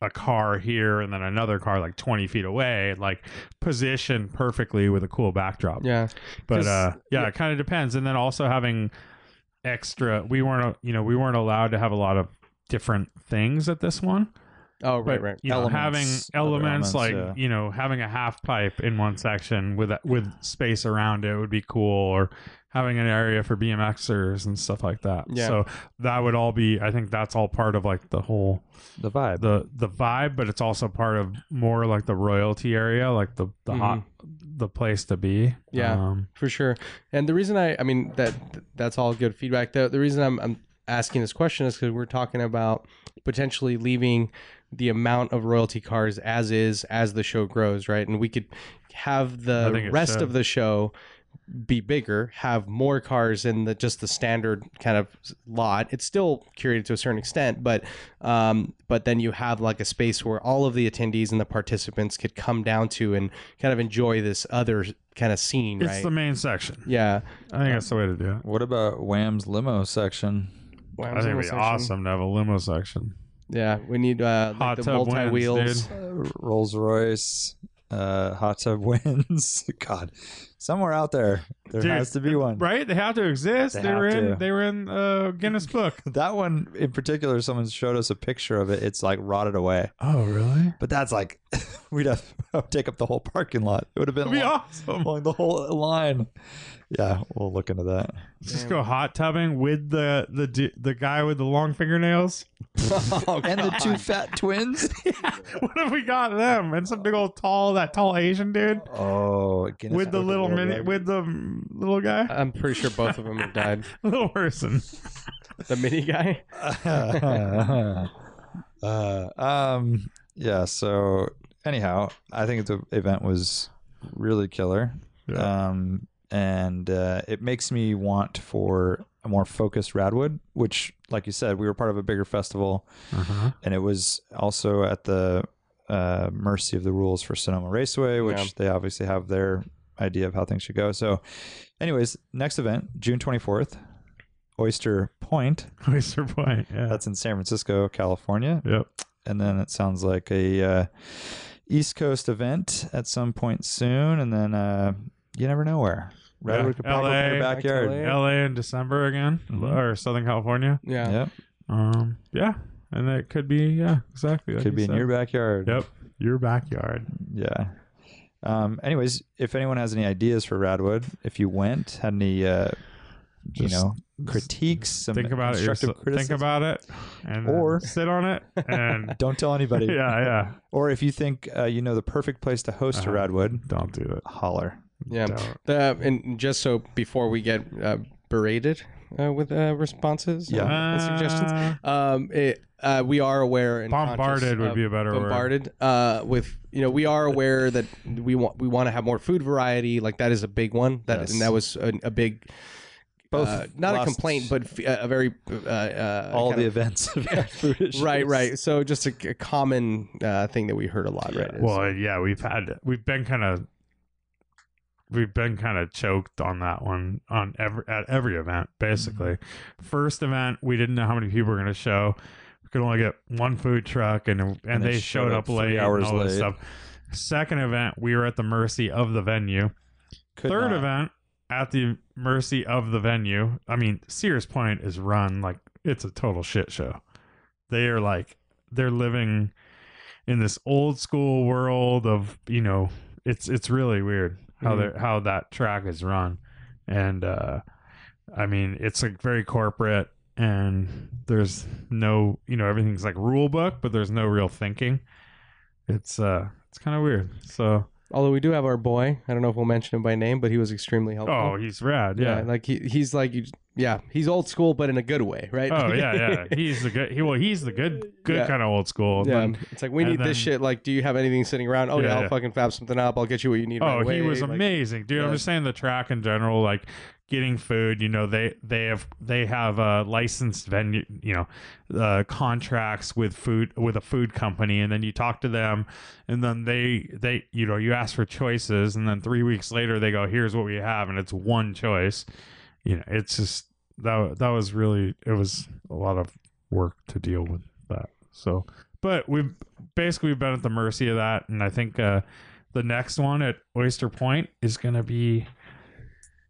S3: a car here and then another car like 20 feet away like positioned perfectly with a cool backdrop
S1: Yeah,
S3: but
S1: 'Cause-
S3: uh yeah,
S1: yeah.
S3: it kind of depends and then also having extra we weren't uh, you know we weren't allowed to have a lot of different things at this one
S1: Oh, right,
S3: But,
S1: right.
S3: you know,
S2: Elements, other
S3: having elements,
S2: elements,
S3: like
S2: yeah.
S3: you know having a half pipe in one section with with space around it would be cool or having an area for bmxers and stuff like that
S1: Yeah.
S3: so that would all be i think that's all part of like the whole
S2: the vibe.
S3: the the vibe, but it's also part of more like the royalty area, like the the hot the place to be.
S1: Mm-hmm. Yeah.
S3: Um,
S1: for sure. And the reason I, I mean, that that's all good feedback. The, the reason I'm, I'm asking this question is because we're talking about potentially leaving the amount of royalty cars as is as the show grows, right? And we could have
S3: I think
S1: the
S3: it
S1: rest
S3: should.
S1: of the show be bigger, have more cars in the just the standard kind of lot. It's still curated to a certain extent, but um, but then you have like a space where all of the attendees and the participants could come down to and kind of enjoy this other kind of scene,
S3: it's
S1: right?
S3: the main section.
S1: Yeah.
S3: I think that's the way to do it.
S2: what about Wham's limo section?
S3: I think it'd be awesome to have a limo section.
S1: Yeah, we need uh,
S3: Hot
S1: like the
S3: tub wins,
S1: multi wheels.
S3: dude.
S2: Uh, Rolls Royce, uh, hot tub wins. God, somewhere out there, there
S3: Dude,
S2: has to be one.
S3: Right? They have to exist. They,
S2: They
S3: were
S2: have
S3: in
S2: to.
S3: they were in uh, Guinness Book.
S2: That one in particular, someone showed us a picture of it. It's like rotted away.
S3: Oh really?
S2: But that's like, we'd have take up the whole parking lot. It would have been
S3: That'd be
S2: long,
S3: awesome.
S2: along the whole line. Yeah, we'll look into that.
S3: Just go hot tubbing with the the du- the guy with the long fingernails.
S2: and the two fat twins.
S3: what if we got them and some big old tall that tall Asian dude
S2: Oh, Guinness
S3: with
S2: Book
S3: the
S2: of
S3: little
S2: World
S3: mini
S2: Records. Uh.
S3: with the mm, little guy,
S1: I'm pretty sure both of them have died.
S3: little person.
S1: The mini guy.
S2: uh, um, yeah. So anyhow, I think the event was really killer.
S3: Yeah.
S2: Um, and uh, it makes me want for a more focused Radwood, which, like you said, we were part of a bigger festival,
S3: Uh-huh.
S2: and it was also at the uh, mercy of the rules for Sonoma Raceway, which
S1: Yeah.
S2: they obviously have their idea of how things should go. So, anyways, next event, June twenty fourth, Oyster Point.
S3: Oyster Point. Yeah.
S2: That's in San Francisco, California.
S3: yep.
S2: And then it sounds like a uh, East Coast event at some point soon. And then uh, you never know where. Right?
S3: Yeah.
S2: We could pop up in your
S3: LA.
S2: backyard.
S1: Like
S3: LA in December again,
S2: Mhm.
S3: or Southern California.
S1: Yeah.
S2: Yep.
S3: Um, yeah, and it could be yeah, exactly. like
S2: Could
S3: you
S2: be in
S3: said.
S2: your backyard.
S3: Yep, your backyard.
S2: Yeah. Um, anyways, if anyone has any ideas for Radwood, if you went, had any, uh, you
S3: Just-
S2: know, critiques, some
S3: think about it.
S2: constructive
S3: yourself- Think
S2: criticism,
S3: about it, and then
S2: Or-
S3: sit on it, and
S2: don't tell anybody.
S3: yeah, yeah.
S2: Or if you think uh, you know the perfect place to host a
S3: Uh-huh.
S2: Radwood,
S3: Don't do it.
S2: holler.
S1: Yeah.
S3: Don't.
S1: The, and just so before we get uh, berated uh, with uh, responses, uh,
S2: Yeah.
S1: and suggestions.
S3: Uh,
S1: Um, it, uh, we are aware and conscious
S3: Bombarded would
S1: of-
S3: be a better word.
S1: bombarded uh, with you know we are aware that we want we want to have more food variety like that is a big one that
S2: Yes.
S1: and that was a, a big
S2: Both
S1: uh, not a
S2: last-
S1: complaint but f- a a very uh, uh,
S2: all
S1: kind
S2: the
S1: of-
S2: events have had food issues.
S1: right right so just a, a common uh, thing that we heard a lot right is-
S3: Well, yeah, we've had we've been kind of we've been kind of choked on that one on every at every event basically. First event, we didn't know how many people were going to show. We could only get one food truck, and and,
S2: And
S3: they, showed, up
S2: three
S3: late,
S2: hours
S3: and all this
S2: late.
S3: stuff. Second event, we were at the mercy of the venue.
S2: Could
S3: Third
S2: not.
S3: event, at the mercy of the venue. I mean, Sears Point is run like it's a total shit show. They are like they're living in this old school world of you know it's it's really weird how they how that track is run, and uh, I mean it's like very corporate and there's no you know everything's like rule book but there's no real thinking. It's uh It's kind of weird. So,
S1: Although we do have our boy, I don't know if we'll mention him by name, but he was extremely helpful.
S3: oh, he's rad. Yeah.
S1: like he, he's like you, yeah, he's old school, but in a good way, right?
S3: Oh yeah, yeah. He's the good. He well, he's the good, good
S1: Yeah.
S3: kind of old school.
S1: Yeah,
S3: But-
S1: it's like we
S3: and
S1: need this
S3: then-
S1: shit. Like, do you have anything sitting around? Oh yeah,
S3: Yeah,
S1: I'll
S3: yeah.
S1: fucking fab something up. I'll get you what you need.
S3: oh,
S1: right away.
S3: he was
S1: Like,
S3: amazing, dude.
S1: yeah.
S3: I'm just saying the track in general, like getting food. You know, they they have they have uh, licensed venue. You know, uh, contracts with food with a food company, and then you talk to them, and then they they you know you ask for choices, and then three weeks later they go, here's what we have, and it's one choice. You know, it's just that that was really it was a lot of work to deal with that. So, but we've basically been at the mercy of that, and I think uh, the next one at Oyster Point is going to be.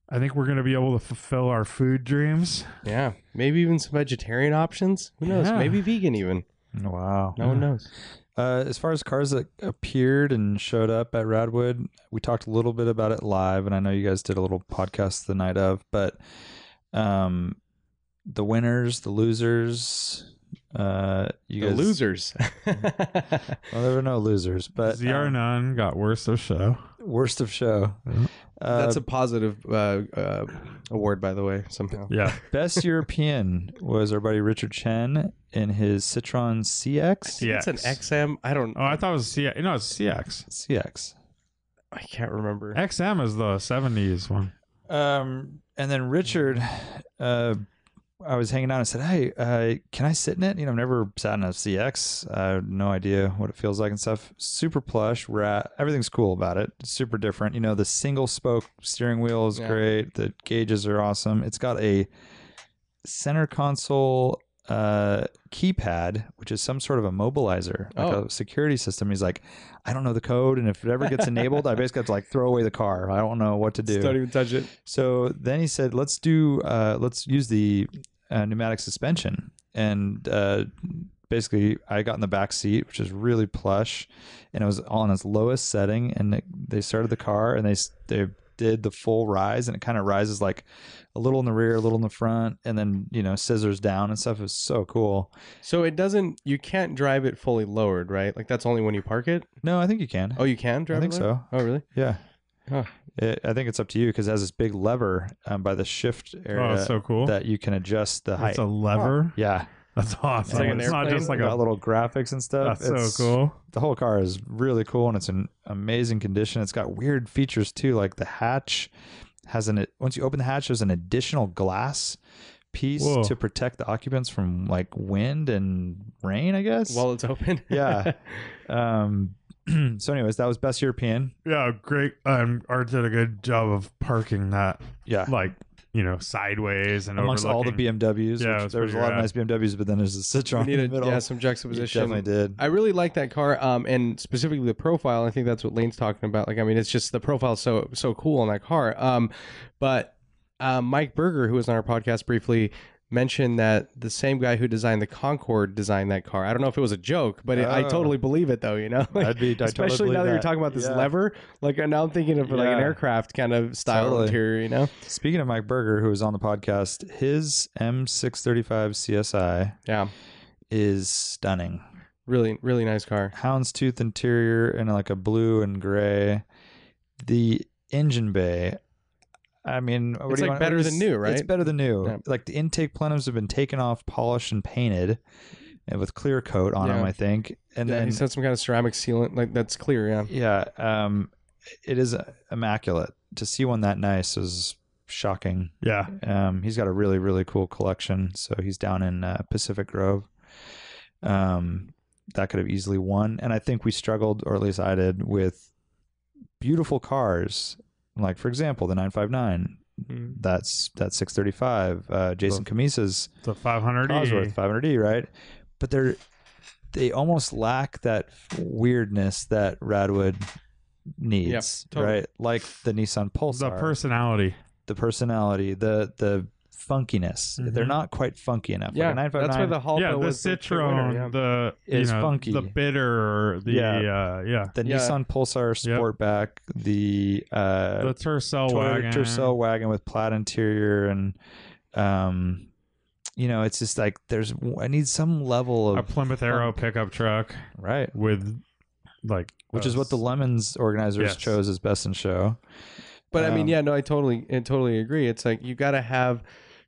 S3: I think we're going to be able to fulfill our food dreams.
S1: yeah, maybe even some vegetarian options. Who knows?
S3: Yeah.
S1: Maybe vegan even.
S2: Wow.
S1: No one knows.
S2: Uh, as far as cars that appeared and showed up at Radwood, we talked a little bit about it live, and I know you guys did a little podcast the night of, but um, the winners, the losers, uh, you
S1: The
S2: guys,
S1: losers.
S2: Well, there were no losers, but
S3: ZR
S2: um,
S3: none got worse of show.
S2: worst of show.
S3: Yeah.
S2: Uh,
S1: That's a positive uh, uh, award, by the way. Somehow.
S3: Yeah,
S2: best European was our buddy Richard Chen in his Citroen CX.
S1: It's
S3: CX.
S1: an XM. I don't.
S3: Oh, I thought it was CX. No, it's CX.
S2: CX.
S1: I can't remember.
S3: XM is the '70s one.
S2: Um, and then Richard, uh, I was hanging out and said, "Hey, uh, can I sit in it? You know, I've never sat in a CX. I have no idea what it feels like and stuff. Super plush, rat. Everything's cool about it. It's super different. You know, the single spoke steering wheel is
S1: Yeah.
S2: great. The gauges are awesome. It's got a center console uh keypad which is some sort of a mobilizer like
S1: Oh.
S2: a security system he's like i don't know the code and if it ever gets enabled i basically have to like throw away the car i don't know what to do
S1: Don't even touch it.
S2: so then he said, "Let's do. Uh, let's use the uh, pneumatic suspension." And uh, basically, I got in the back seat, which is really plush, and it was on its lowest setting. And it, they started the car, and they s- they did the full rise, and it kind of rises like a little in the rear, a little in the front, and then you know scissors down and stuff. It was so cool.
S1: So it doesn't. You can't drive it fully lowered, right? Like that's only when you park it.
S2: No, I think you can.
S1: Oh, you can drive.
S2: I think
S1: it lowered? Oh, really?
S2: Yeah.
S1: Huh.
S2: It, I think it's up to you because it has this big lever um, by the shift
S3: oh,
S2: area
S3: it's so cool.
S2: that you can adjust uh, the height.
S3: it's a lever.
S2: yeah.
S3: That's awesome.
S1: like an
S3: it's not
S1: airplane.
S3: just like
S2: got
S3: a.
S2: little graphics and stuff.
S3: That's
S2: It's-
S3: so cool.
S2: The whole car is really cool and it's in amazing condition. It's got weird features too, like the hatch has an once you open the hatch, there's an additional glass piece
S3: Whoa.
S2: to protect the occupants from like wind and rain, I guess.
S1: While it's open.
S2: Yeah. um so anyways, that was best European.
S3: Yeah, great. Um, Art did a good job of parking that,
S2: Yeah.
S3: like you know, sideways and
S2: Amongst all the
S3: overlooking.
S2: BMWs,
S3: Yeah,
S2: which
S3: it's
S2: there was a
S3: pretty
S2: lot of
S3: rad.
S2: nice BMWs, but then there's the
S1: we
S2: Citroen in
S1: need
S2: the
S1: a,
S2: middle.
S1: yeah, some
S2: It
S1: juxtaposition.
S2: definitely did.
S1: I really like that car, um, and specifically the profile. I think that's what Lane's talking about. Like, I mean, it's just the profile's so so cool on that car. Um, but um, Mike Berger, who was on our podcast briefly, mentioned that the same guy who designed the Concorde designed that car. I don't know if it was a joke, but it, I
S2: Oh.
S1: totally believe it, though. You know, Like,
S2: I'd be- I'd totally
S1: especially
S2: believe
S1: now that, you're
S2: that.
S1: talking about this
S2: Yeah.
S1: lever. Like, and now I'm thinking of like an
S2: Yeah.
S1: aircraft kind of style
S2: Totally.
S1: interior. You know,
S2: Speaking of Mike Berger, who was on the podcast, his M635 CSI
S1: yeah,
S2: is stunning.
S1: really, really nice car.
S2: Houndstooth interior and like a blue and gray. The engine bay. I mean, what
S1: It's
S2: do you
S1: like
S2: want-
S1: better
S2: what do
S1: than
S2: you s-
S1: new, right?
S2: It's better than new.
S1: Yeah.
S2: Like the intake plenums have been taken off, polished, and painted, and with clear coat on
S1: Yeah.
S2: them, I think. And
S1: yeah,
S2: then
S1: he's had some kind of ceramic sealant, like that's clear. Yeah,
S2: yeah, um, it is immaculate. To see one that nice is shocking.
S3: yeah,
S2: Um, he's got a really really cool collection. So he's down in uh, Pacific Grove. Um, that could have easily won, and I think we struggled, or at least I did, with beautiful cars. Like for example, the 959.
S1: Mm-hmm.
S2: That's that's 635. Uh, Jason Camisa's
S3: the E, 500.
S2: Cosworth 500E, right? But they're they almost lack that weirdness that Radwood needs,
S1: totally.
S2: right? Like the Nissan Pulsar
S3: the personality.
S2: the personality, the the funkiness.
S3: Mhm.
S2: They're not quite funky enough.
S1: Mm-hmm. yeah,
S2: like a
S1: that's where
S2: 959,
S1: the Halpa
S3: yeah, the
S1: was
S3: Citroen,
S1: winner, yeah.
S3: the
S2: Is
S3: you know,
S2: funky.
S3: the bitter, the
S2: Yeah.
S3: yeah, uh, yeah.
S2: the
S1: yeah.
S2: Nissan Pulsar
S3: Yep.
S2: Sportback, the uh,
S3: the Tercel
S2: Toyota
S3: wagon,
S2: Tercel wagon with plaid interior, and um, you know, it's just like there's I need some level
S3: a
S2: of
S3: Plymouth Arrow pickup truck
S2: right.
S3: with like
S2: which is what the
S3: us.
S2: Lemons organizers
S3: Yes.
S2: chose as best in show.
S1: But I mean,
S2: Um,
S1: yeah, no, I totally, I totally agree. It's like you got to have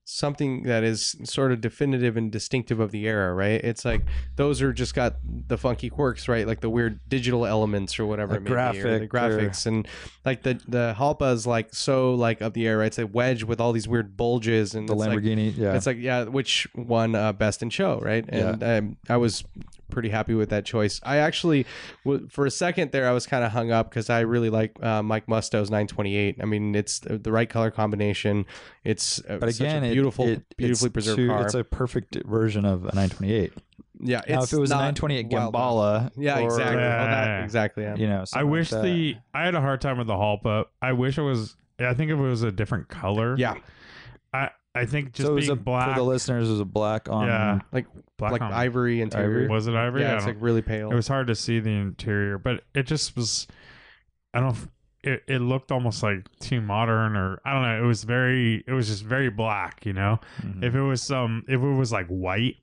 S1: something that is sort of definitive and distinctive of the era, right? It's like those are just got the funky quirks, right? Like the weird digital elements or whatever
S2: The
S1: it may be, or the
S2: graphic or-
S1: graphics, and like the the Halpa is like so like of the era. Right? It's a wedge with all these weird bulges and
S2: The
S1: it's like-
S2: Lamborghini, yeah,
S1: it's like yeah, which won uh, best in show, right? And um, I was pretty happy with that choice. I actually, w- for a second there, I was kind of hung up because I really like uh, Mike Musto's 928. I mean, it's the the right color combination. It's uh,
S2: but again,
S1: such a
S2: it-
S1: beautiful,
S2: it,
S1: beautifully
S2: it's
S1: preserved
S2: too-
S1: car.
S2: It's a perfect version of a 928.
S1: yeah,
S2: Now, if it was a
S1: not
S2: 928
S1: wild.
S2: Gambala,
S1: yeah,
S2: or, uh,
S1: exactly,
S3: Yeah,
S1: Oh,
S3: yeah,
S1: that-
S3: yeah.
S1: exactly. Yeah.
S2: You know,
S3: I
S2: something like
S3: wish
S2: that.
S3: the I had a hard time with the Hall but I wish it was. I think if it was a different color.
S1: Yeah,
S3: I I think just
S2: so it was
S3: being
S2: a
S3: black.
S2: for the um, listeners it was a black on
S3: Yeah.
S1: like
S3: black
S1: like
S3: on-
S1: ivory interior.
S3: Was it ivory?
S1: yeah,
S3: I
S1: it's
S3: don't-
S1: like really pale.
S3: it was hard to see the interior, but it just was. I don't. f- It it looked almost like too modern, or I don't know. It was very. It was just very black, you know.
S1: Mm.
S2: Mhm.
S3: If it was some, if it was like white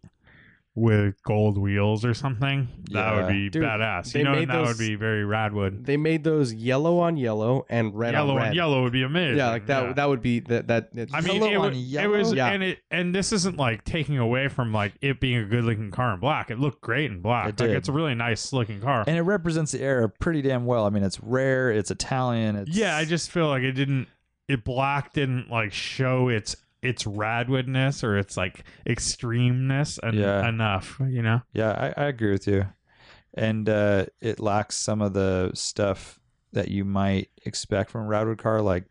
S3: with gold wheels or something, that would
S2: Yeah.
S3: be
S1: Dude,
S3: badass. You
S1: they
S3: know,
S1: made
S3: and that
S1: those-
S3: would be very Radwood.
S1: they made those yellow on yellow and red
S3: yellow
S1: on red.
S3: and yellow would be amazing.
S1: Yeah, like that.
S3: yeah.
S1: That would be that. That it's-
S3: I mean,
S2: Yellow
S3: it, wa-
S2: on
S3: it
S2: yellow?
S3: was,
S1: Yeah.
S3: and it, and this isn't like taking away from like it being a good looking car in black. It looked great in black.
S2: It
S3: like
S2: did.
S3: it's a really nice looking car.
S2: and it represents the era pretty damn well. I mean, it's rare, it's Italian, it's
S3: yeah, I just feel like it didn't. It black didn't like show its its radwoodness or its like extremeness en-
S2: Yeah.
S3: enough. You know,
S2: yeah, I, I agree with you. And uh, it lacks some of the stuff that you might expect from a Radwood car, like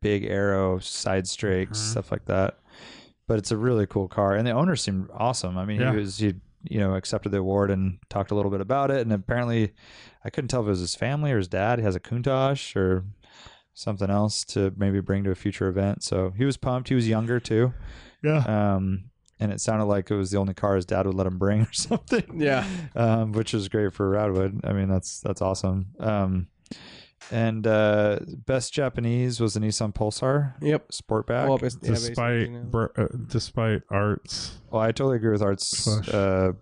S2: big arrow, side strakes,
S3: Mhm.
S2: stuff like that. But it's a really cool car, and the owner seemed awesome. I mean,
S3: Yeah.
S2: he was he you know accepted the award and talked a little bit about it, and apparently, I couldn't tell if it was his family or his dad. He has a Countach or something else to maybe bring to a future event. So he was pumped. He was younger too.
S3: yeah.
S2: Um, and it sounded like it was the only car his dad would let him bring or something.
S1: Yeah.
S2: Um, which is great for Radwood. I mean, that's that's awesome. Um, and uh, best Japanese was the Nissan Pulsar
S1: Yep.
S2: Sportback.
S1: Well, bas- yeah, basically,
S3: Despite
S1: you know.
S3: br- uh, despite arts,
S2: well, I totally agree with Art's
S3: Flush.
S2: uh,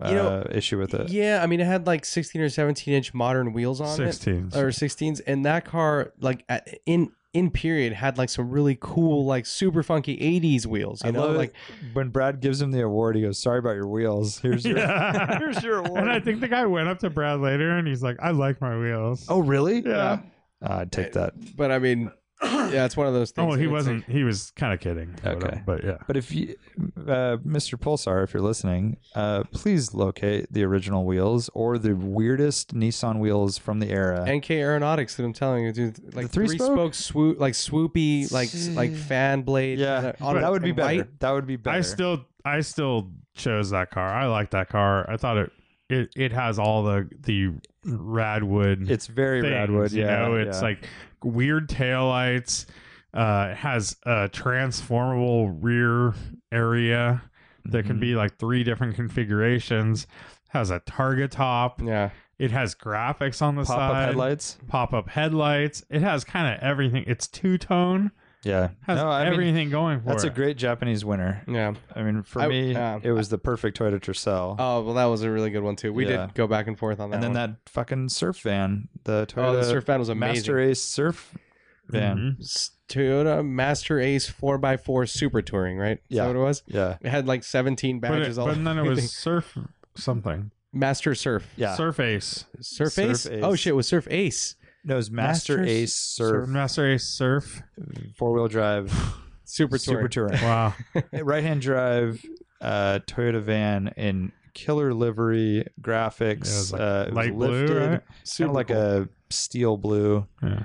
S2: uh,
S1: You know,
S2: issue with it.
S1: Yeah, I mean, it had like 16 or 17 inch modern wheels on
S3: sixteen.
S1: it, or 16s, and that car, like at, in in period, had like some really cool, like super funky 80s wheels. You
S2: I
S1: know,
S2: love
S1: like
S2: like when Brad gives him the award, he goes, "Sorry about your wheels. Here's your
S3: yeah.
S2: here's your award."
S3: and I think the guy went up to Brad later and he's like, "I like my wheels."
S2: oh, really?
S3: yeah.
S2: Uh, I'd take that.
S1: but I mean, yeah, it's one of those
S3: Oh,
S1: things.
S3: well,
S1: and
S3: he
S1: it's
S3: wasn't. He was kind of kidding.
S2: Okay.
S3: whatever, but yeah.
S2: But if you, uh, Mr. Pulsar, if you're listening, uh, please locate the original wheels or the weirdest Nissan wheels from the era.
S1: like NK Aeronautics that I'm telling you, dude, like
S2: The three
S1: three
S2: spoke?
S1: spoke swoop, like swoopy, like s- like fan blade.
S2: yeah,
S1: kinda on
S2: Oh, that would be
S1: and
S2: better.
S1: white.
S2: That would be better.
S3: I still, I still chose that car. I like that car. I thought it, it, it has all the the radwood.
S2: it's very
S3: things,
S2: Radwood.
S3: You
S2: Yeah,
S3: know, it's
S2: yeah.
S3: like weird taillights. Uh, it has a transformable rear area that can
S2: Mhm.
S3: be like three different configurations. Has a target top.
S1: Yeah,
S3: It has graphics on the
S2: pop up
S3: side.
S2: headlights.
S3: Pop up headlights. It has kind of everything. It's two tone.
S2: Yeah,
S3: Has
S2: no, I mean
S3: everything going for
S2: that's
S3: it.
S2: a great Japanese winner.
S1: yeah.
S2: I mean, for
S1: I-
S2: me,
S1: yeah.
S2: it was the perfect Toyota Tercel.
S1: Oh well, that was a really good one too. We
S2: Yeah.
S1: did go back and forth on that.
S2: and then
S1: one.
S2: that fucking surf van, the Toyota
S1: oh, the surf fan was amazing.
S2: Master Race surf van.
S3: Mhm.
S1: S- Toyota Master Ace 4x4 Super Touring, right? Is
S2: Yeah.
S1: that what it was?
S2: Yeah,
S1: It had like 17
S3: But,
S1: badges
S3: it-
S1: all
S3: but then it
S1: everything.
S3: was surf something.
S1: Master Surf.
S2: yeah.
S3: Surf Ace.
S1: Surf,
S2: Surf
S1: Ace?
S2: Ace.
S1: Oh shit, it was Surf Ace.
S2: no, it was Master
S1: Masters-
S2: Ace surf,
S3: Master Ace Surf.
S2: four wheel drive,
S1: Super Touring.
S2: super touring.
S3: Wow.
S2: right hand drive uh toyota van in killer livery
S3: Yeah, it was
S2: graphics
S3: like
S2: uh it was
S3: light blue, right?
S2: kind of like a steel blue
S3: Yeah.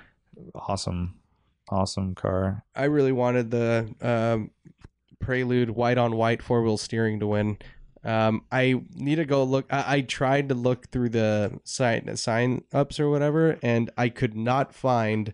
S2: awesome awesome car
S1: I really wanted the um, Prelude white on white four wheel steering to win. Um, I need to go look. I, I tried to look through the sign sign ups or whatever, and I could not find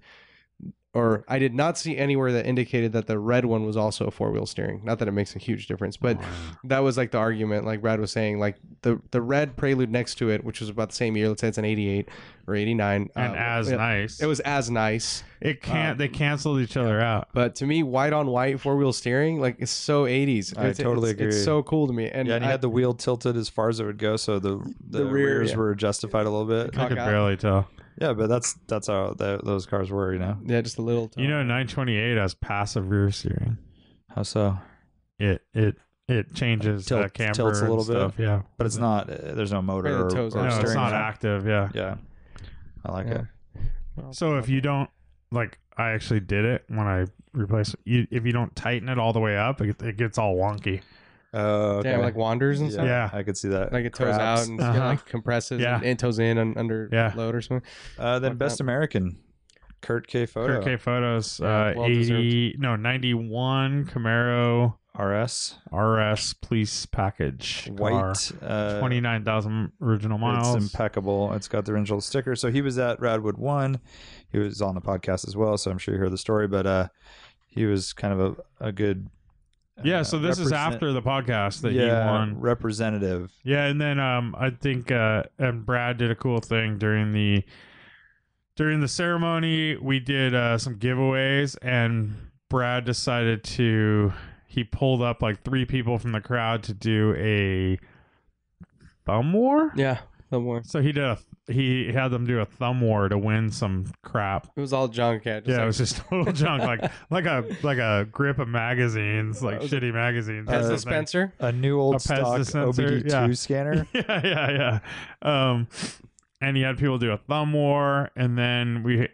S1: or I did not see anywhere that indicated that the red one was also four wheel steering. Not that it makes a huge difference, but that was like the argument, like Brad was saying, like the the red Prelude next to it, which was about the same year. Let's say it's an '88 or '89,
S3: and as
S1: it,
S3: nice.
S1: it was as nice.
S3: It can't.
S1: um,
S3: they canceled each other out.
S1: But to me, white on white four wheel steering, like it's so '80s.
S2: I
S1: It's-
S2: totally
S1: it's- It's
S2: agree.
S1: so cool to me. And,
S2: yeah, and he
S1: I-
S2: had the wheel tilted as far as it would go, so the the,
S1: The rear,
S2: rears
S1: yeah.
S2: were justified a little bit.
S3: I could
S1: cock-eyed.
S3: barely tell.
S2: Yeah, but that's that's how th those cars were, you know.
S1: yeah, just a little.
S3: You know, 928 has passive rear steering.
S2: How so?
S3: It it it changes
S2: Tilt-
S3: the camber
S2: tilts a
S3: and
S2: little bit.
S3: stuff. Yeah,
S2: But it's not. uh, There's no motor.
S1: Right, the
S2: or,
S1: toes
S2: or
S1: are
S3: no, it's
S2: steering
S3: not
S2: wheel.
S3: active. Yeah.
S2: Yeah, I like
S1: Yeah.
S2: it.
S3: So if you don't like, I actually did it when I replaced. You, if you don't tighten it all the way up, it, it gets all wonky.
S2: Oh, okay.
S1: damn, like wanders and stuff.
S3: Yeah.
S2: I could see that.
S1: Like it toes
S2: Craps.
S1: out and yeah,
S3: Uh-huh.
S1: like compresses
S3: Yeah.
S1: and, and toes in and under
S3: Yeah.
S1: load or something.
S2: Uh, then
S1: Like
S2: best
S1: that.
S2: American, Kurt K. Photo,
S3: Kurt K photos.
S1: Yeah,
S3: uh,
S1: well deserved.
S3: eighty no ninety one Camaro
S2: RS,
S3: RS police package. car.
S2: white, uh,
S3: twenty nine thousand original miles.
S2: It's impeccable. It's got the original sticker. So he was at Radwood One. He was on the podcast as well, so I'm sure you heard the story. But uh, he was kind of a, a good.
S3: yeah.
S2: uh,
S3: So this is
S2: represent-
S3: after the podcast that
S2: yeah,
S3: he won.
S2: representative.
S3: Yeah, and then um, I think uh, and Brad did a cool thing during the during the ceremony. We did uh, some giveaways, and Brad decided to he pulled up like three people from the crowd to do a thumb war.
S1: Yeah, no more.
S3: So he did a he had them do a thumb war to win some crap.
S1: It was all junk. Yeah, just
S3: yeah,
S1: like-
S3: it was just total junk, like like a like a grip of magazines, like
S1: Was it
S3: shitty magazines. or
S1: Pez
S3: something.
S1: dispenser.
S2: A new old
S3: A Pez
S2: stock
S3: dispenser,
S2: OBD2
S3: yeah.
S2: scanner.
S3: yeah, yeah, yeah. Um, and he had people do a thumb war, and then we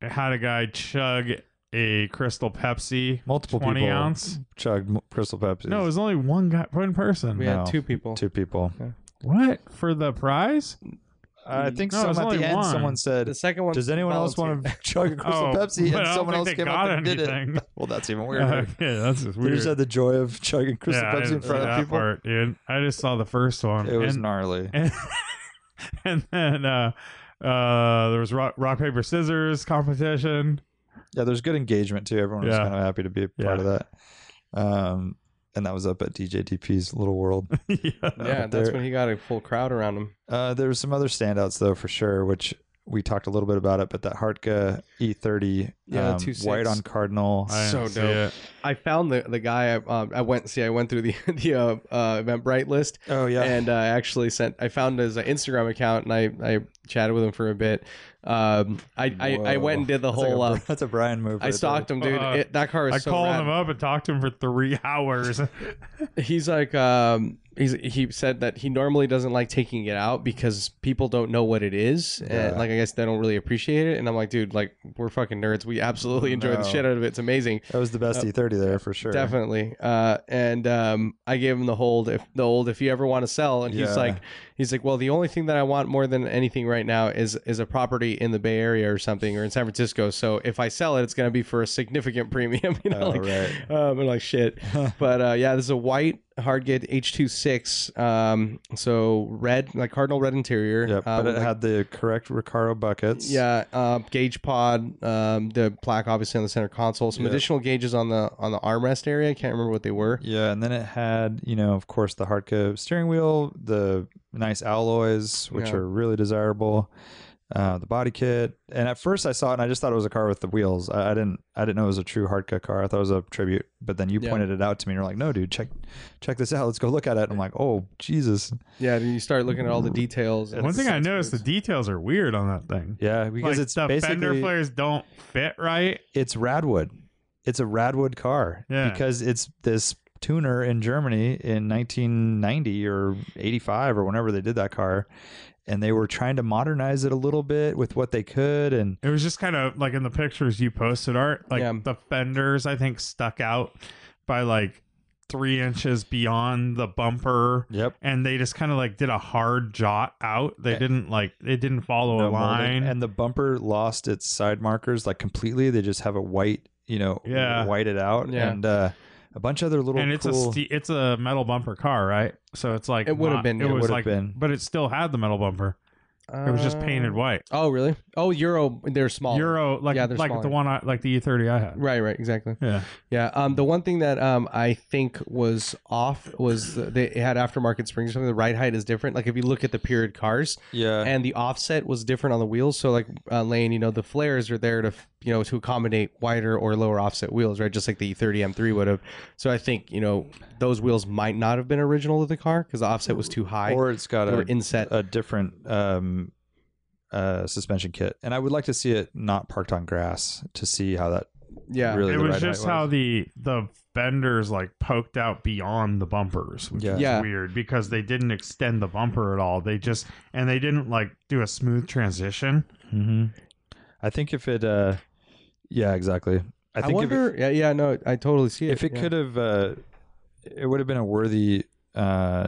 S3: had a guy chug a Crystal Pepsi,
S2: Multiple
S3: twenty
S2: people
S3: ounce.
S2: chugged m- Crystal Pepsi.
S3: No, it was only one guy, one person.
S1: We
S2: No.
S1: had two people.
S2: two people.
S3: What for the prize?
S2: I think
S3: Mm, No, it
S2: some
S3: was
S2: at
S3: only
S2: the end
S3: one.
S2: someone said,
S1: The second one.
S2: "Does anyone else want to chug a Crystal
S3: Oh,
S2: Pepsi?"
S3: but I
S2: And
S3: don't
S2: someone
S3: think
S2: else
S3: they
S2: came
S3: got
S2: up and did
S3: anything.
S2: it. Well, that's even
S3: yeah,
S2: weirder.
S3: that's just
S2: We
S3: weird.
S2: just had the joy of chugging Crystal
S3: yeah, I
S2: Pepsi in
S3: didn't see
S2: front
S3: that
S2: of people.
S3: part, dude. I just saw the first one.
S2: It was
S3: and,
S2: gnarly.
S3: and, and then uh, uh, there was rock, rock paper scissors competition.
S2: Yeah, there's good engagement too. Everyone was
S3: Yeah.
S2: kind of happy to be a part of that. Um, and that was up at DJTP's Little World.
S3: yeah.
S1: Yeah,
S2: Up
S1: that's
S2: there.
S1: when he got a full crowd around him.
S2: Uh, there were some other standouts though, for sure, which we talked a little bit about it. But that Hartka E30,
S1: Yeah, the
S2: um,
S1: 2.6.
S2: white on Cardinal.
S3: I
S1: So
S3: didn't see
S1: dope.
S3: it.
S1: I found the the guy. I, um, I went see. I went through the the uh, uh, Eventbrite list,
S2: oh yeah,
S1: and uh, I actually sent. I found his uh, Instagram account, and I I chatted with him for a bit. Um, I I, I
S2: Whoa.
S1: went and did the
S2: That's like
S1: whole.
S2: a-
S1: uh,
S2: that's a Brian move.
S1: I stalked him, dude.
S3: Uh,
S1: It- that car is
S3: I
S1: so
S3: called
S1: rad.
S3: him up and talked to him for three hours.
S1: he's like um he's he said that he normally doesn't like taking it out because people don't know what it is
S2: Yeah.
S1: and like i guess they don't really appreciate it and i'm like dude like we're fucking nerds we absolutely enjoy
S2: No.
S1: the shit out of it it's amazing
S2: That was the best E30 there for sure.
S1: definitely uh and um i gave him the hold if the old if you ever want to sell and
S2: Yeah.
S1: he's like he's like well the only thing that i want more than anything right now is is a property in the bay area or something or in san francisco so if i sell it it's going to be for a significant premium you know
S2: Oh,
S1: like
S2: right.
S1: um, and like shit. but uh, yeah, this is a white hardgate H26. Um, so red, like cardinal red interior.
S2: Yeah,
S1: um,
S2: but it
S1: like-
S2: had the correct Recaro buckets.
S1: yeah, uh, gauge pod, um, the plaque obviously on the center console. Some
S2: Yeah.
S1: additional gauges on the on the armrest area. I can't remember what they were.
S2: Yeah, and then it had, you know, of course, the Hardco steering wheel, the nice alloys, which
S1: Yeah.
S2: are really desirable, uh, the body kit. And at first, I saw it and I just thought it was a car with the wheels. I, I didn't, I didn't know it was a true Hardco car. I thought it was a tribute. But then you
S1: Yeah.
S2: pointed it out to me. and You're like, no, dude, check, check this out. Let's go look at it. And I'm like, oh Jesus.
S1: Yeah, then you start looking at all the details. and
S3: One
S1: it's-
S3: thing I
S1: it's
S3: noticed: the
S1: weird.
S3: details are weird on that thing.
S2: Yeah, because
S3: Like,
S2: it's
S3: the fender
S2: basically
S3: flares don't fit right.
S2: it's Radwood. It's a Radwood car
S3: Yeah.
S2: because it's this tuner in Germany in 1990 or 85 or whenever they did that car and they were trying to modernize it a little bit with what they could and
S3: It was just kind of like in the pictures you posted, Art. Like
S1: Yeah.
S3: the fenders, I think, stuck out by like three inches beyond the bumper,
S2: yep
S3: and they just kind of like did a hard jot out. They didn't like it didn't follow a line.
S2: and the bumper lost its side markers like completely they just have it white you know
S3: Yeah.
S2: whited out
S1: Yeah.
S2: and uh a bunch of other little
S3: and it's
S2: cool-
S3: a ste it's a metal bumper car, right? So it's like
S1: It would've
S3: not-
S1: been, yeah.
S3: It
S1: It
S3: was
S2: would've
S3: like,
S2: been.
S3: but it still had the metal bumper. It was just painted
S1: Uh,
S3: white.
S1: Oh, really? Oh, Euro. They're small.
S3: Euro like
S1: Yeah, they're
S3: like the
S1: smaller.
S3: one I like the E30 I had.
S1: Right, right, exactly.
S3: Yeah.
S1: Yeah. Um, the one thing that um I think was off was the, they had aftermarket springs or something. The ride height is different. Like if you look at the period cars,
S2: Yeah.
S1: and the offset was different on the wheels. So like uh, Lane, you know, the flares are there to you know to accommodate wider or lower offset wheels, right? Just like the E E30 M3 would have. So I think you know those wheels might not have been original with the car because the offset was too high or,
S2: or it's got a,
S1: inset.
S2: a different um, uh, suspension kit, and I would like to see it not parked on grass to see how that
S1: yeah.
S2: really
S3: it
S2: the
S3: was
S2: ride
S3: just
S2: height
S3: how
S2: was.
S3: the the fenders like poked out beyond the bumpers which
S2: Yeah.
S3: is
S1: Yeah.
S3: weird because they didn't extend the bumper at all they just and they didn't like do a smooth transition
S2: hmm
S1: Mm-hmm.
S2: I think if it, uh, yeah, exactly. I
S1: I,
S2: think if it-
S1: wonder. yeah, yeah. No, I totally see it.
S2: if it
S1: yeah.
S2: could have uh, it would have been a worthy uh,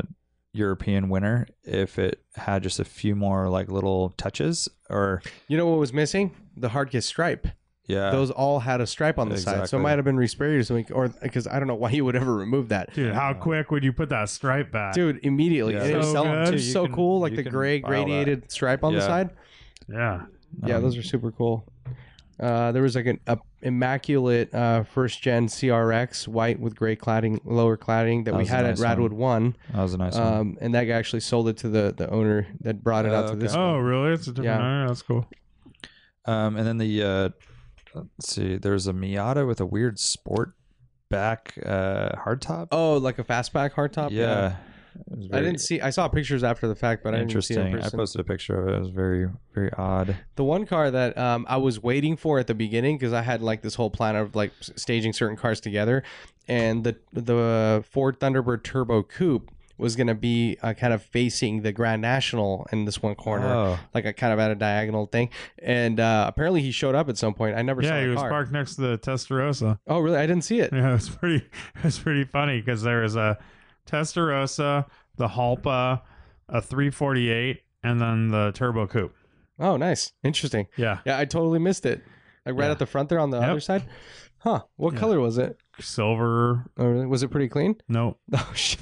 S2: european winner if it had just a few more like little touches or
S1: You know what was missing? The hardkiss stripe.
S2: yeah
S1: Those all had a stripe on the side, so
S2: Uh, Exactly.
S1: it might have been respray or something. Or because I don't know why you would ever remove that,
S3: dude how quick would you put that stripe back
S1: dude. Immediately,
S2: Yeah.
S1: And it
S3: So
S1: was
S3: good.
S1: so,
S3: You
S1: so
S2: can-
S1: cool. Like
S2: you
S1: the
S2: can
S1: gray
S2: file that.
S1: gradiated stripe on the
S2: Yeah.
S1: side.
S3: yeah
S1: Yeah,
S2: Um,
S1: those are super cool. Uh, there was like an a immaculate uh, first gen CRX white with gray cladding, lower cladding that,
S2: That
S1: we
S2: was a
S1: had
S2: nice
S1: at Radwood
S2: one.
S1: One,
S2: that was a nice one
S1: um, and that guy actually sold it to the, the owner that brought it out
S2: Oh,
S1: to
S2: okay.
S1: this.
S3: oh really it's a different
S1: Yeah.
S3: oh, that's cool
S2: um, and then the uh, let's see there's a miata with a weird sport back uh, hardtop
S1: Oh, like a fastback hardtop.
S2: yeah It was
S1: I
S2: very
S1: didn't see. I saw pictures after the fact, but I didn't see it in
S2: interesting i
S1: person.
S2: posted a picture of it it was very very odd
S1: The one car that um, I was waiting for at the beginning because I had like this whole plan of like s- staging certain cars together, and the the Ford Thunderbird Turbo Coupe was gonna be uh, kind of facing the Grand National in this one corner,
S2: oh
S1: like a kind of at a diagonal thing. And uh, apparently he showed up at some point. I never saw
S3: yeah
S1: the
S3: he was
S1: car.
S3: parked next to the testarossa
S1: Oh really? I didn't see it.
S3: yeah it's pretty it's pretty funny because there was a testarossa the halpa a 348 and then the turbo coupe
S1: Oh nice, interesting.
S3: yeah
S1: Yeah, I totally missed it. Like right
S3: Yeah.
S1: at the front there on the
S3: Yep.
S1: other side. Huh? What
S3: Yeah.
S1: color was it?
S3: silver
S1: Oh, really? Was it pretty clean?
S3: nope
S1: Oh shit!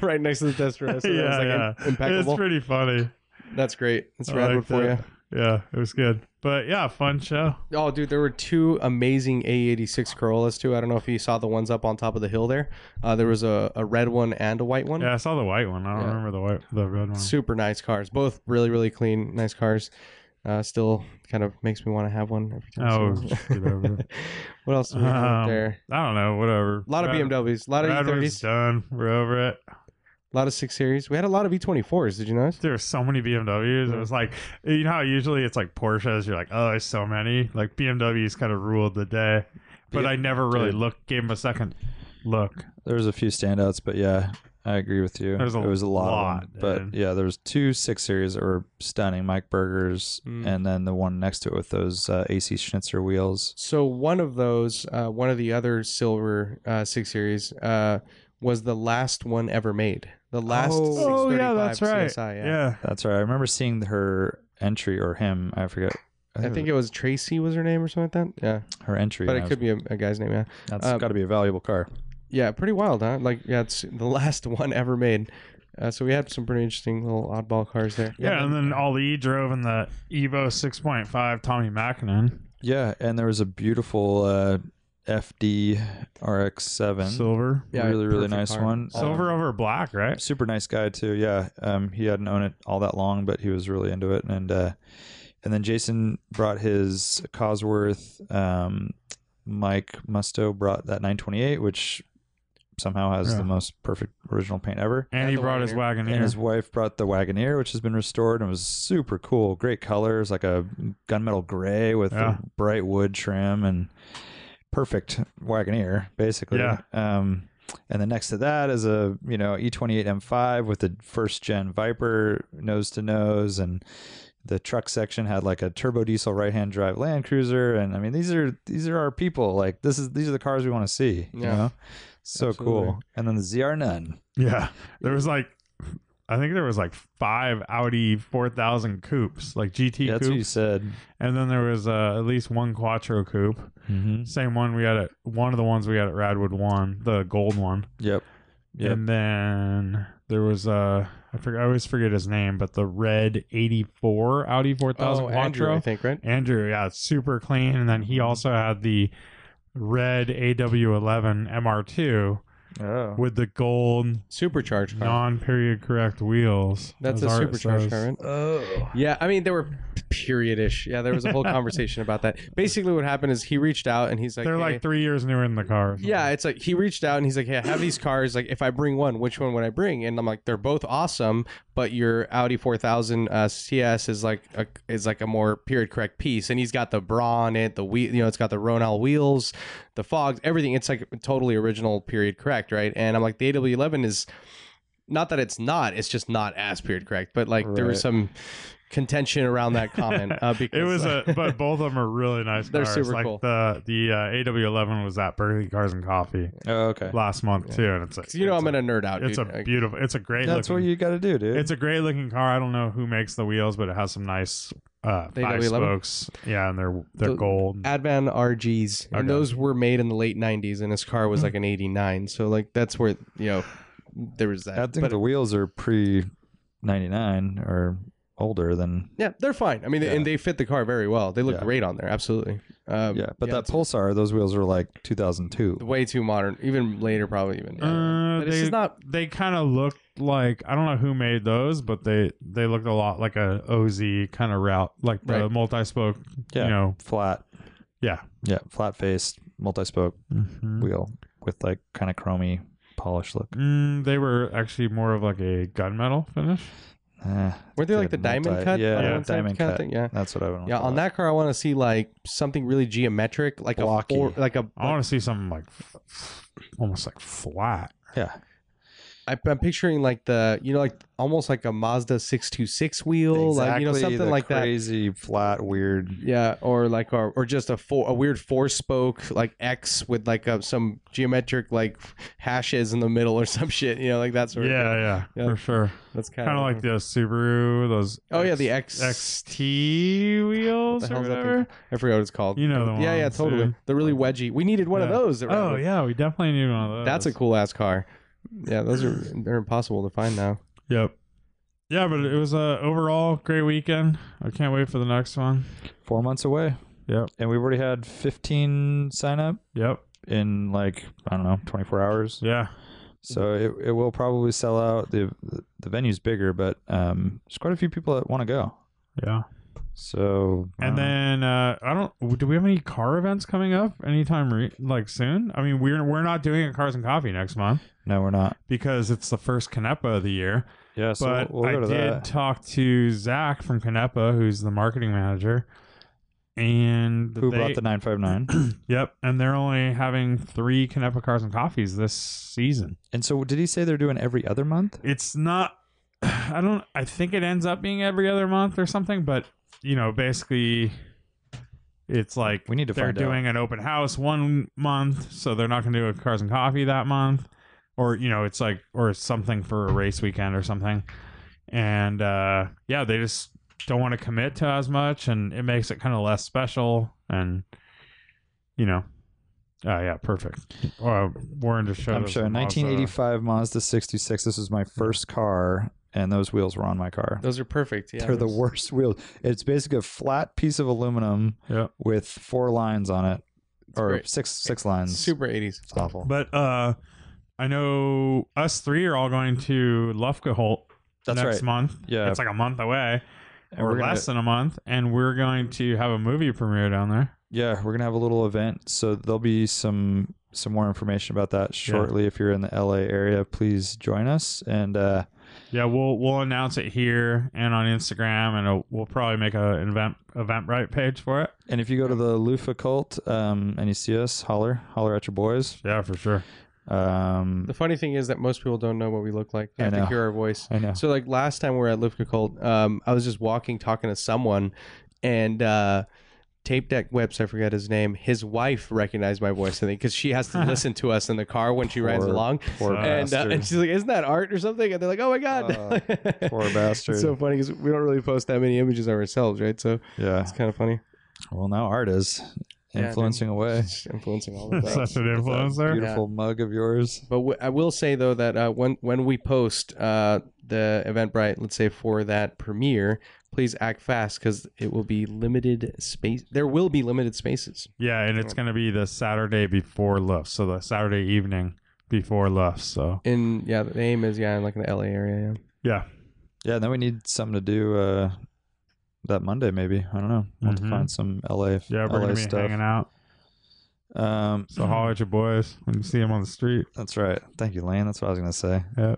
S1: right next to the Testarossa. So yeah, was, like, im- impeccable.
S3: It's pretty funny.
S1: That's great. That's
S3: I
S1: Radwood
S3: like
S1: for
S3: that. Yeah, it was good. But yeah, fun show.
S1: you. Oh, dude, there were two amazing A86 Corollas too. I don't know if you saw the ones up on top of the hill there. Uh, there was a, a red one and a white one.
S3: Yeah, I saw the white one. I don't
S1: Yeah.
S3: remember the white, the red one.
S1: Super nice cars. Both really, really clean, nice cars. Uh, still kind of makes me want to have one every time. I see
S3: Oh,
S1: one.
S3: just get over it.
S1: what else do we have up
S3: Um,
S1: there?
S3: I don't know. Whatever.
S1: A lot of BMWs, a lot of E
S3: Red
S1: E30s, a
S3: done. We're over it.
S1: lot of 6 Series. We had a lot of E24s. Did you notice?
S3: There's so many BMWs. It was like, you know how usually it's like Porsches. You're like, oh, there's so many. Like BMWs kind of ruled the day. But
S2: Yeah,
S3: I never really
S2: dude.
S3: looked, gave them a second look.
S2: There's a few standouts, but yeah, I agree with you.
S3: There's a
S2: it was a lot, of them,
S3: lot,
S2: but
S3: man.
S2: yeah, there was two six series that were stunning. Mike Burgers,
S1: Mm.
S2: and then the one next to it with those uh, AC Schnitzer wheels.
S1: So one of those, uh, one of the other silver uh, six series, uh, was the last one ever made. The last.
S2: Oh.
S1: 635
S3: Oh, yeah, that's right.
S1: CSI, yeah.
S3: Yeah.
S2: That's right. I remember seeing her entry or him. I forget.
S1: I think it was Tracy was her name or something like that. Yeah,
S2: it, her entry.
S1: but
S2: I
S1: it
S2: was-
S1: could be a, a guy's name. Yeah,
S2: That's
S1: uh,
S2: got to be a valuable car.
S1: yeah, pretty wild, huh? Like, yeah, it's the last one ever made. Uh, so we had some pretty interesting little oddball cars there.
S3: Yeah, and then Ali drove in the Evo 6.5 Tommy Mackinnon.
S2: Yeah, and there was a beautiful uh, FD RX-7.
S3: Silver.
S1: Yeah,
S2: really, really
S1: perfect
S2: nice
S1: car.
S2: one.
S3: Silver over black, right?
S2: super nice guy too yeah um he hadn't owned it all that long but he was really into it and uh and then jason brought his cosworth um mike musto brought that 928 which somehow has
S3: Yeah.
S2: the most perfect original paint ever
S3: And he
S1: the
S3: brought his wagon
S2: and
S3: in.
S2: his wife brought the Wagoneer, which has been restored and was super cool. Great colors, like a gunmetal gray with
S3: Yeah.
S2: a bright wood trim and perfect Wagoneer, basically.
S3: Yeah.
S2: Um, and then next to that is a you know E E28 M5 with the first gen Viper nose to nose, and the truck section had like a turbo diesel right hand drive Land Cruiser, and I mean these are these are our people. Like this is these are the cars we want to see. You
S1: Yeah.
S2: know, so
S1: Absolutely.
S2: cool. And then the ZR9.
S3: Yeah. There was like, I think there was like five Audi 4000 coupes, like GT
S2: Yeah, that's what you
S3: coupes.
S2: said.
S3: And then there was uh, at least one Quattro coupe.
S2: Mm-hmm.
S3: Same one we had at, one of the ones we had at Radwood 1, the gold one.
S2: Yep. Yep.
S3: And then there was, uh, I I forget. I always forget his name, but the red '84 Audi 4000
S1: Oh,
S3: Quattro.
S1: Andrew, I think, Mm-hmm. right?
S3: Andrew, yeah, it's super clean. And then he also had the red AW11 MR2
S2: Oh.
S3: with the gold
S1: Supercharged car.
S3: non-period correct wheels.
S1: That's a
S3: as art
S1: supercharged
S3: says.
S1: car, right?
S2: Oh.
S1: Yeah, I mean they were periodish. Yeah, there was a whole conversation about that. Basically, what happened is he reached out and he's like,
S3: They're
S1: "Hey,
S3: like three years newer in the car.
S1: Yeah, it's like he reached out and he's like, "Hey, I have these cars. Like, if I bring one, which one would I bring?" And I'm like, "They're both awesome, but your Audi 4000 uh, CS is like a, is like a more period correct piece." And he's got the bra on it, the wheel, you know, it's got the Ronal wheels, the fogs, everything. It's like totally original period correct, right? And I'm like, the AW11 is not that it's not; it's just not as period correct. But like, there was
S2: Right.
S1: some contention around that comment uh, because
S3: It was
S1: uh,
S3: a, but both of them are really nice.
S1: They're
S3: cars.
S1: super
S3: like
S1: cool.
S3: The the uh, AW11 was at Burley Cars and Coffee
S2: Oh, Okay.
S3: last month too, and it's like
S1: you know
S3: it's
S1: I'm
S3: a-
S1: gonna nerd out.
S3: It's
S1: dude.
S3: a
S1: Like,
S3: beautiful. It's a great.
S2: That's what
S3: looking,
S2: you got to do, dude.
S3: It's a great looking car. I don't know who makes the wheels, but it has some nice uh,
S1: The
S3: five
S1: AW11?
S3: spokes. Yeah, and they're they're
S1: The-
S3: gold.
S1: Advan RGs,
S3: Okay.
S1: and those were made in the late '90s, and his car
S2: Hmm.
S1: was like an '89. So like that's where you know there was
S2: I
S1: that.
S2: think the wheels are pre 99 or older than.
S1: Yeah, they're fine. I mean,
S2: Yeah.
S1: and they fit the car very well. They look
S2: Yeah.
S1: great on there, absolutely. Um,
S2: Yeah, but that
S1: it's
S2: Pulsar, those wheels were like 2002.
S1: way too modern, even later probably even.
S3: Uh,
S1: but it's just not.
S3: they kind of looked like I don't know who made those, but they they looked a lot like a OZ kind of route, like the
S1: Right.
S3: multi-spoke.
S2: Yeah.
S3: You know,
S2: Flat.
S3: yeah.
S2: Yeah, flat faced, multi spoke
S3: Mm-hmm.
S1: Mm-hmm.
S2: wheel with like kind of chromy polish look.
S3: Mm, they were actually more of like a gunmetal finish.
S1: Mm-hmm.
S2: Eh,
S1: Weren't they like the
S2: multi-
S1: diamond cut?
S2: Yeah,
S1: on
S3: yeah,
S1: one side
S2: diamond
S1: kind of
S2: cut.
S1: thing? Yeah.
S2: That's what I would want
S1: Yeah,
S2: to
S1: on
S2: call it.
S1: that car, I want to see like something really geometric, like
S2: Blocky.
S1: a four, like a.
S3: I want to see something like f- almost like flat.
S2: Yeah.
S1: I, am picturing like the, you know, like almost like a Mazda 626 wheel, like you know,
S2: Exactly
S1: something
S2: the
S1: like that.
S2: Crazy, flat, weird.
S1: Yeah, or like or, or just a four a weird four spoke like X with like a, some geometric like hashes in the middle or some shit. You know, like that
S3: Yeah,
S1: sort of thing.
S3: yeah,
S1: Yeah.
S3: for sure.
S1: That's kind
S3: Kind of like the Subaru, those.
S1: Oh yeah, the X.
S3: XT
S1: what
S3: wheels
S1: the
S3: or
S1: hell is that thing
S3: whatever.
S1: called? I forget what it's called.
S3: You know the
S1: yeah, yeah,
S3: ones,
S1: totally.
S3: dude.
S1: The really wedgy. We needed one of
S3: Yeah.
S1: those. at
S3: Oh
S1: Redwood.
S3: yeah, we definitely need one of those.
S1: that's a cool ass car. Yeah, those are they're impossible to find now.
S3: Yep. Yeah, but it was a overall great weekend. I can't wait for the next one.
S2: Four months away.
S3: Yep.
S2: And we've already had 15 sign up
S3: Yep.
S2: in like, I don't know, 24 hours.
S3: Yeah.
S2: So
S3: Mm-hmm.
S2: it, it will probably sell out. The, the venue's bigger, but um, there's quite a few people that want to go.
S3: Yeah.
S2: So. um, I
S3: And
S2: don't know.
S3: then uh, I don't. Do we have any car events coming up anytime re- like soon? I mean, we're we're not doing a cars and coffee next month
S2: No, we're not. because.
S3: because it's the first Canepa of the year.
S2: Yeah, so
S3: but
S2: we'll, we'll go
S3: I
S2: to
S3: did
S2: that.
S3: talk to Zach from Canepa, who's the marketing manager, and
S2: Who
S3: they-
S2: brought the 959?
S3: Yep, and they're only having three Canepa cars and coffees this season.
S2: and so did he say they're doing every other month?
S3: it's not i don't i think it ends up being every other month or something but you know basically it's like
S2: We need to
S3: they're
S2: find out.
S3: doing an open house one month so they're not going to do a cars and coffee that month or you know it's like or something for a race weekend or something and uh yeah they just don't want to commit to as much and it makes it kind of less special and you know oh yeah perfect uh, warren just showed
S2: I'm
S3: us
S2: sure.
S3: the Mazda.
S2: 1985 Mazda 66. This was my first car, and those wheels were on my car.
S3: Oh,
S1: Those are perfect. Yeah,
S2: They're the
S1: those-
S2: worst wheels. It's basically a flat piece of aluminum
S3: Yep.
S2: with four lines on it, or
S1: great.
S2: six six lines.
S1: Super 80s.
S2: It's awful.
S3: But uh, I know us three are all going to Lufkaholt
S2: That's
S3: next
S2: right.
S3: month.
S2: Yeah.
S3: it's like a month away,
S2: And
S3: or
S2: we're gonna-
S3: less than a month, and we're going to have a movie premiere down there.
S2: Yeah, we're gonna have a little event, so there'll be some some more information about that shortly. If you're in the LA area, please join us. And uh,
S3: Yeah, we'll we'll announce it here and on Instagram, and uh we'll probably make a event Eventbrite page for it.
S2: and if you go to the Lufa Cult um, and you see us, holler holler at your boys.
S3: Yeah, for sure.
S2: Um,
S1: The funny thing is that most people don't know what we look like.
S2: I
S1: They have to
S2: know.
S1: hear our voice.
S2: I know.
S1: So like last time we were at Lufka Cult, um, I was just walking, talking to someone, and uh, Tape Deck Whips, I forgot his name. His wife recognized my voice, I think, because she has to listen to us in the car when she rides
S2: Poor-
S1: along,
S2: Poor
S1: and uh,
S2: bastard.
S1: and she's like, "Isn't that art or something?" And they're like, "Oh my god."
S2: Uh, Poor bastard.
S1: It's so funny because we don't really post that many images of ourselves, right? So
S2: yeah.
S1: it's kind of funny.
S2: Well, now art is.
S1: Yeah,
S2: influencing away.
S1: influencing all the things.
S3: Such an influence there.
S2: Beautiful mug of yours.
S1: But w- I will say though that uh, when when we post uh, the Eventbrite, let's say for that premiere, please act fast because it will be limited space. There will be limited spaces.
S3: Yeah, and it's going to be the Saturday before Luff. So the Saturday evening before Luff. So,
S1: In yeah, the aim is yeah, in like in the LA area. Yeah.
S3: yeah.
S2: Yeah, and then we need something to do uh, that Monday, maybe. I don't know. We'll have
S1: Mm-hmm.
S3: Mhm.
S2: to find some LA,
S3: Yeah, we're
S2: LA
S3: going to be
S2: stuff.
S3: hanging out.
S2: Um,
S3: So holler at your boys when you see them on the street.
S2: that's right. Thank you, Lane. That's what I was going to say.
S3: Yeah.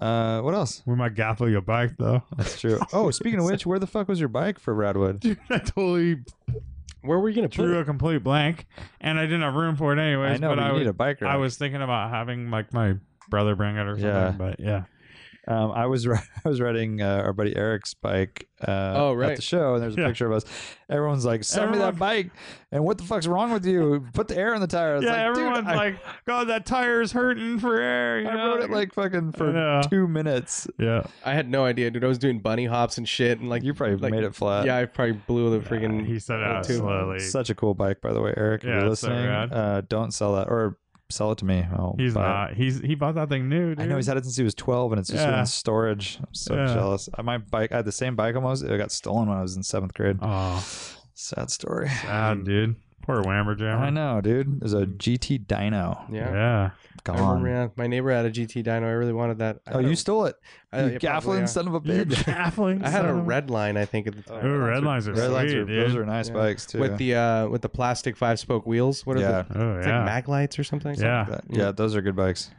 S2: Uh, what else?
S3: We might gaffle your bike, though.
S2: That's true. Oh, speaking of which, where the fuck was your bike for Radwood?
S3: Dude, I totally
S1: Where were you gonna put
S3: drew
S1: it?
S3: a complete blank, and I didn't have room for it
S2: I
S3: anyways.
S2: know,
S3: but
S2: but you
S3: I, was,
S2: need a bike rack.
S3: I was thinking about having like my brother bring it or something.
S2: Yeah.
S3: But yeah,
S2: Um, I was ri- I was riding uh, our buddy Eric's bike. Uh,
S1: Oh,
S2: At
S1: right.
S2: the show, and there's a
S3: Yeah.
S2: picture of us. Everyone's like, "Send me that
S3: Everyone-
S2: bike!" And what the fuck's wrong with you? Put the air in the tire. It's
S3: yeah.
S2: like, dude,
S3: everyone's
S2: I-
S3: like, "God, that tire's hurting for air." You
S2: I
S3: know?
S2: rode it like fucking
S3: know.
S2: for two minutes.
S3: yeah.
S1: I had no idea, dude. I was doing bunny hops and shit, and like
S2: You probably
S1: like,
S2: made it flat.
S1: Yeah, I probably blew the freaking.
S3: He said it
S1: little
S3: out
S1: tube.
S3: slowly.
S2: Such a cool bike, by the way, Eric. If
S3: Yeah,
S2: you're
S3: it's so
S2: listening,
S3: rad.
S2: uh, don't sell that or sell it to me. I'll
S3: He's
S2: buy it.
S3: not. He's he bought that thing new. Dude.
S2: I know he's had it since he was 12 and it's just
S3: Yeah.
S2: in storage. I'm so
S3: Yeah.
S2: jealous. I, my bike, I had the same bike almost. It got stolen when I was in seventh grade.
S3: Oh,
S2: Sad story.
S3: sad dude. Poor Whammerjammer.
S2: Mm. I know, dude. There's a GT Dino.
S1: Yeah.
S3: Yeah.
S1: I remember,
S2: Gone.
S1: yeah, my neighbor had a GT Dino. I really wanted that. I
S2: Oh,
S1: had
S2: you
S1: a-
S2: stole it.
S1: I-
S2: you
S1: yeah,
S2: gaffling
S1: probably, yeah.
S2: son of a
S3: You
S2: bitch.
S3: baffling
S1: I had a
S3: son of
S1: red line, I think, at the time.
S3: Ooh, red lines are
S2: Red
S3: sweet,
S2: lines are,
S3: dude.
S2: those are nice
S1: Yeah.
S2: bikes, too.
S1: with the uh with the plastic five spoke wheels. What are
S2: yeah.
S1: the
S3: oh
S1: it's
S3: yeah.
S1: like mag lights or something?
S3: yeah.
S2: That- yeah, those are good bikes.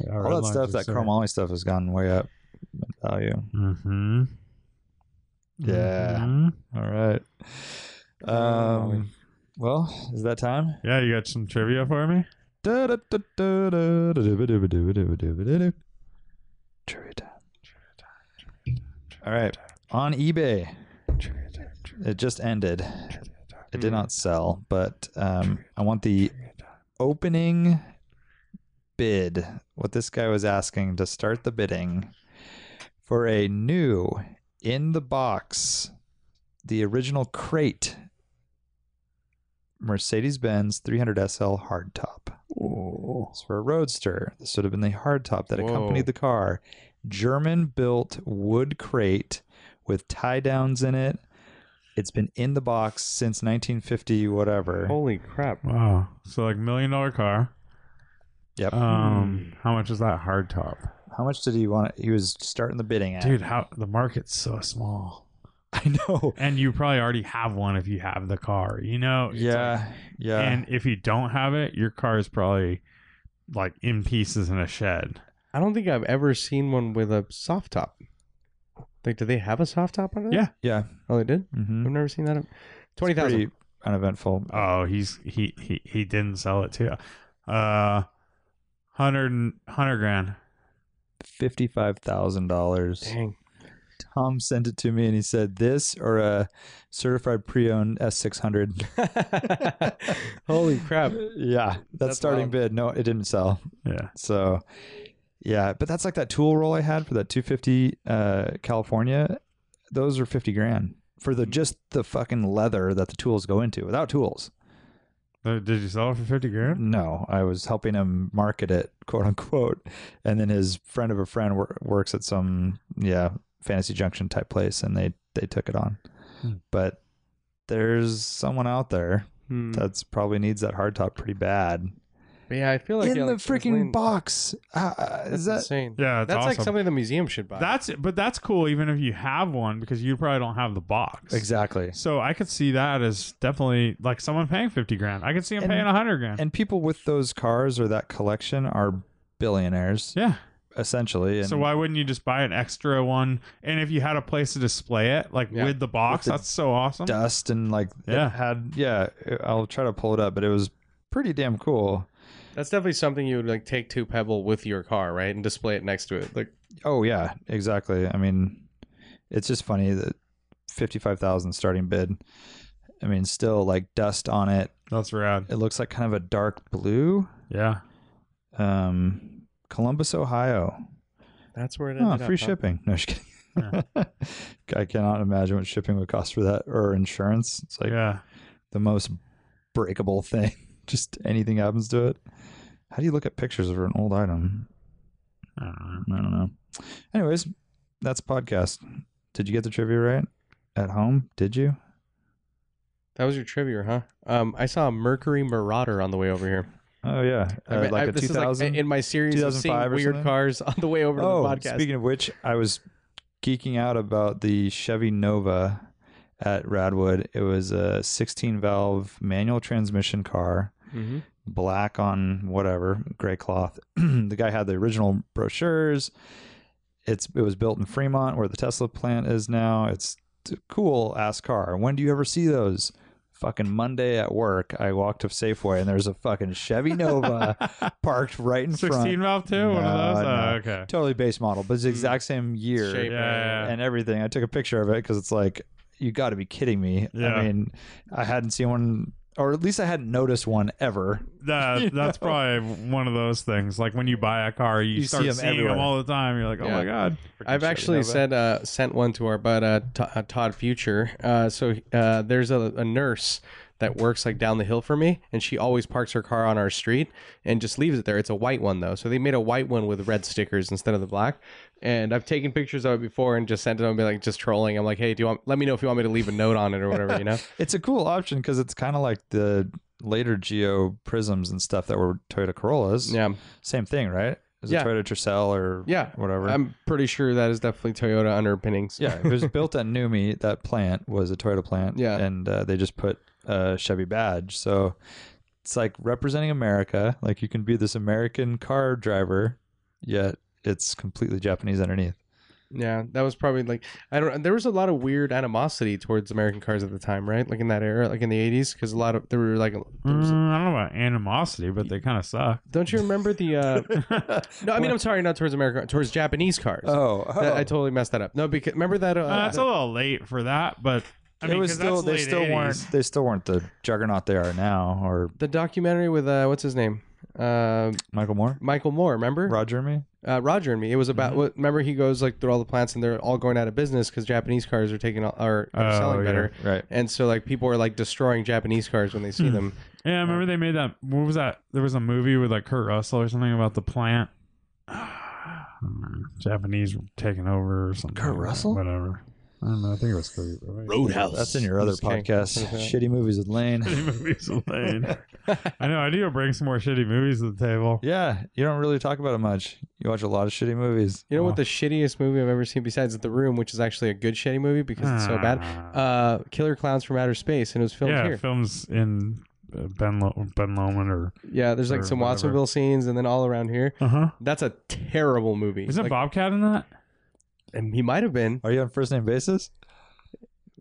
S3: Yeah, red
S2: All that
S3: lines
S2: stuff,
S3: are
S2: that
S3: sweet.
S2: chrome alloy stuff has gone way up in value.
S3: Mm-hmm.
S2: Yeah. All right. Um, well, is that time?
S3: Yeah, you got some trivia for me?
S2: Trivia time. All right. On eBay, it just ended. It did not sell, but um, I want the opening bid. What this guy was asking to start the bidding for a new in the box, the original crate Mercedes Benz 300 SL hardtop. It's for a roadster. This would have been the hardtop that
S1: Whoa.
S2: accompanied the car. German built wood crate with tie downs in it. It's been in the box since 1950, whatever.
S1: Holy crap!
S3: Wow. So like million dollar car.
S2: Yep.
S3: Um how much is that hard top?
S2: How much did he want? It? He was starting the bidding at.
S3: Dude, how the market's so small.
S2: I know.
S3: And you probably already have one if you have the car, you know? It's like-
S2: Yeah. Yeah.
S3: and if you don't have it, your car is probably like in pieces in a shed.
S1: I don't think I've ever seen one with a soft top. Like, do they have a soft top on it?
S3: Yeah.
S2: yeah.
S1: Oh, they did.
S2: Mm-hmm.
S1: I've never seen that. Twenty thousand.
S2: Pretty uneventful.
S3: Oh, he's he he, he didn't sell it to you. Uh hundred and- hundred grand.
S2: $55,000.
S1: Dang.
S2: Tom sent it to me and he said this or a certified pre-owned S600.
S1: Holy crap!
S2: yeah, that's,
S1: That's
S2: starting
S1: wild.
S2: bid. No, it didn't sell.
S3: Yeah.
S2: So yeah, but that's like that tool roll I had for that 250 uh California. Those are 50 grand for the just the fucking leather that the tools go into without tools.
S3: Uh, Did you sell it for fifty grand?
S2: No, I was helping him market it, quote unquote. And then his friend of a friend wor- works at some yeah fantasy junction type place, and they they took it on.
S3: Hmm.
S2: But there's someone out there
S1: Hmm.
S2: that's probably needs that hardtop pretty bad
S1: But yeah, I feel like
S2: in
S1: yeah,
S2: the
S1: like,
S2: freaking
S1: Lane-
S2: box. Uh, uh,
S1: That's
S2: is that
S1: insane?
S3: Yeah, it's
S1: that's like
S3: awesome.
S1: something the museum should buy.
S3: That's but that's cool even if you have one because you probably don't have the box.
S2: exactly?
S3: So I could see that as definitely like someone paying fifty grand. I could see him
S2: And-
S3: paying a hundred grand.
S2: And people with those cars or that collection are billionaires
S3: yeah.
S2: essentially. And
S3: So why wouldn't you just buy an extra one? And if you had a place to display it, like
S1: Yeah.
S3: with the
S2: With
S3: box,
S2: the
S3: that's so awesome.
S2: dust and like it
S3: Yeah.
S2: had yeah. I'll try to pull it up, but it was pretty damn cool.
S1: That's definitely something you would like take to Pebble with your car, right, and display it next to it. Like,
S2: Oh yeah, exactly. I mean, it's just funny that fifty-five thousand starting bid. I mean, still like dust on it.
S3: That's rad.
S2: It looks like kind of a dark blue.
S3: Yeah.
S2: Um, Columbus, Ohio.
S1: that's where it ended
S2: Oh,
S1: up,
S2: free
S1: huh?
S2: shipping. No, just kidding. I cannot imagine what shipping would cost for that or insurance. It's like
S3: yeah.
S2: the most breakable thing. Just anything happens to it. How do you look at pictures of an old item?
S3: I don't know.
S2: I don't know. Anyways, that's podcast. Did you get the trivia right at home? Did you?
S1: That was your trivia, huh? Um, I saw a Mercury Marauder on the way over here.
S2: Oh yeah,
S1: I
S2: uh,
S1: mean,
S2: like
S1: I-
S2: a
S1: this
S2: two
S1: is like
S2: thousand.
S1: in my series of seeing
S2: 2005 or
S1: weird
S2: something?
S1: cars on the way over to
S2: oh,
S1: the podcast.
S2: speaking of which, I was geeking out about the Chevy Nova at Radwood. It was a 16 valve manual transmission car,
S1: Mhm.
S2: black on whatever gray cloth. the guy had the original brochures. It's it was built in Fremont, where the Tesla plant is now. It's a cool ass car. When do you ever see those? Fucking Monday at work, I walked to Safeway and there's a fucking Chevy Nova parked right in front
S3: 16 valve too?
S2: No,
S3: One of those?
S2: no.
S3: Oh, okay.
S2: totally base model, but it's the exact same year
S1: Hmm. Shape,
S3: Yeah, yeah,
S2: and everything. I took a picture of it because it's like, you got to be kidding me.
S3: Yeah.
S2: I mean, I hadn't seen one, or at least I hadn't noticed one ever.
S3: That, that's probably one of those things. Like when you buy a car, you,
S2: You see
S3: start
S2: 'em
S3: seeing
S2: everywhere.
S3: them all the time. You're like, oh
S1: Yeah.
S3: my god.
S1: I've actually said uh, sent one to our bud uh, T- uh, Todd Future. Uh, so uh, there's a, a nurse that works like down the hill from me, and she always parks her car on our street and just leaves it there. It's a white one though, so they made a white one with red stickers instead of the black. And I've taken pictures of it before and just sent it to them, be like just trolling. I'm like, hey, do you want? Let me know if you want me to leave a note on it or whatever, you know?
S2: It's a cool option because it's kind of like the later Geo Prisms and stuff that were Toyota Corollas.
S1: Yeah,
S2: Same thing, right? Is
S1: Yeah.
S2: a Toyota Tercel or
S1: Yeah.
S2: whatever.
S1: I'm pretty sure that is definitely Toyota underpinnings.
S2: yeah, it was built at Numi. That plant was a Toyota plant.
S1: Yeah.
S2: and uh, they just put a Chevy badge. So it's like representing America. Like you can be this American car driver, yet it's completely Japanese underneath.
S1: Yeah, that was probably like I don't. There was a lot of weird animosity towards American cars at the time, right? Like in that era, like in the eighties, because a lot of there were like. there was-
S3: Mm, I don't know about animosity, but they kind of suck.
S1: don't you remember the? uh No, I mean I'm sorry, not towards American, towards Japanese cars.
S2: Oh, oh.
S1: That- I totally messed that up. No, because remember that. Uh,
S3: Uh, that's a little late for that, but I mean,
S2: it was
S3: 'cause
S2: still
S3: that's
S2: they
S3: late
S2: still
S3: 80s.
S2: weren't they still weren't the juggernaut they are now or
S1: the documentary with uh, what's his name, uh,
S2: Michael Moore,
S1: Michael Moore. Remember
S2: Roger me.
S1: uh, Roger and me. It was about.
S3: Mm-hmm.
S1: what Remember he goes like through all the plants and they're all going out of business because Japanese cars are taking all, are, are
S3: Oh,
S1: selling
S3: yeah. Hmm.
S1: better.
S2: Right.
S1: And so, like, people are like destroying Japanese cars when they see them.
S3: Yeah, I remember they made that. What was that? There was a movie with like Kurt Russell or something about the plant. Japanese taking over or something.
S2: Kurt
S3: like that,
S2: Russell?
S3: Whatever. I don't know. I think it was Kurt.
S4: Roadhouse.
S2: That's in your other
S1: Just kidding.
S2: podcast, shitty movies with Lane.
S3: movies with Lane. I know. I need to bring some more shitty movies to the table.
S2: yeah, you don't really talk about it much. You watch a lot of shitty movies.
S1: You know
S3: Wow.
S1: what the shittiest movie I've ever seen besides The Room, which is actually a good shitty movie because it's so bad.
S3: Ah.
S1: Uh, Killer Clowns from Outer Space, and it was filmed
S3: yeah,
S1: here.
S3: films in uh, Ben Lo- Ben Lomond or
S1: yeah, there's
S3: or
S1: like some
S3: whatever.
S1: Watsonville scenes, and then all around here.
S3: uh huh.
S1: That's a terrible movie.
S3: Isn't
S1: Like,
S3: Bobcat in that?
S1: and he might have been.
S2: Are you on first name basis?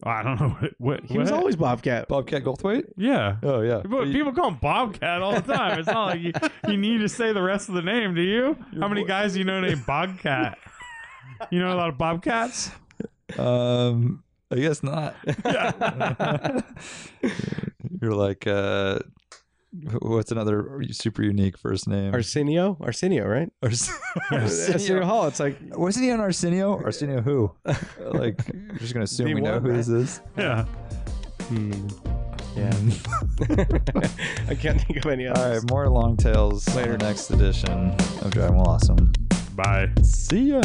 S3: I don't know. What, what,
S1: He was
S3: what?
S1: always Bobcat.
S2: Bobcat Goldthwait?
S3: yeah.
S2: Oh yeah.
S3: But
S2: You-
S3: people call him Bobcat all the time. It's not like you, you need to say the rest of the name, do you? How many guys do you know named Bobcat? You know a lot of Bobcats?
S2: Um, I guess not.
S3: Yeah.
S2: You're like, uh, wh- what's another super unique first name?
S1: Arsenio, Arsenio, right?
S2: Ars-
S1: Arsenio.
S2: Arsenio.
S1: Hall. It's like
S2: Wasn't he on Arsenio? Arsenio who? Like, I'm just gonna assume
S1: The
S2: we know
S1: one,
S2: who this is.
S1: yeah.
S3: Yeah.
S1: hmm. I can't think of any
S2: All
S1: others.
S2: right, more long tails later. Next edition of Driving Well Awesome.
S3: Bye.
S2: See ya.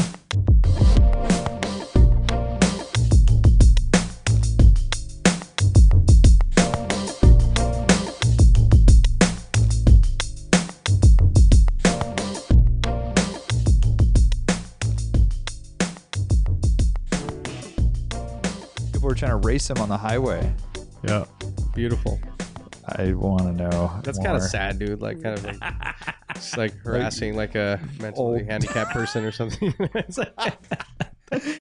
S2: People were trying to race him on the highway.
S3: Yeah.
S1: Beautiful.
S2: I want to know.
S1: That's kind
S2: more.
S1: of sad, dude. Like, kind of like, just like harassing like a mentally
S2: Old.
S1: handicapped person or something. It's like-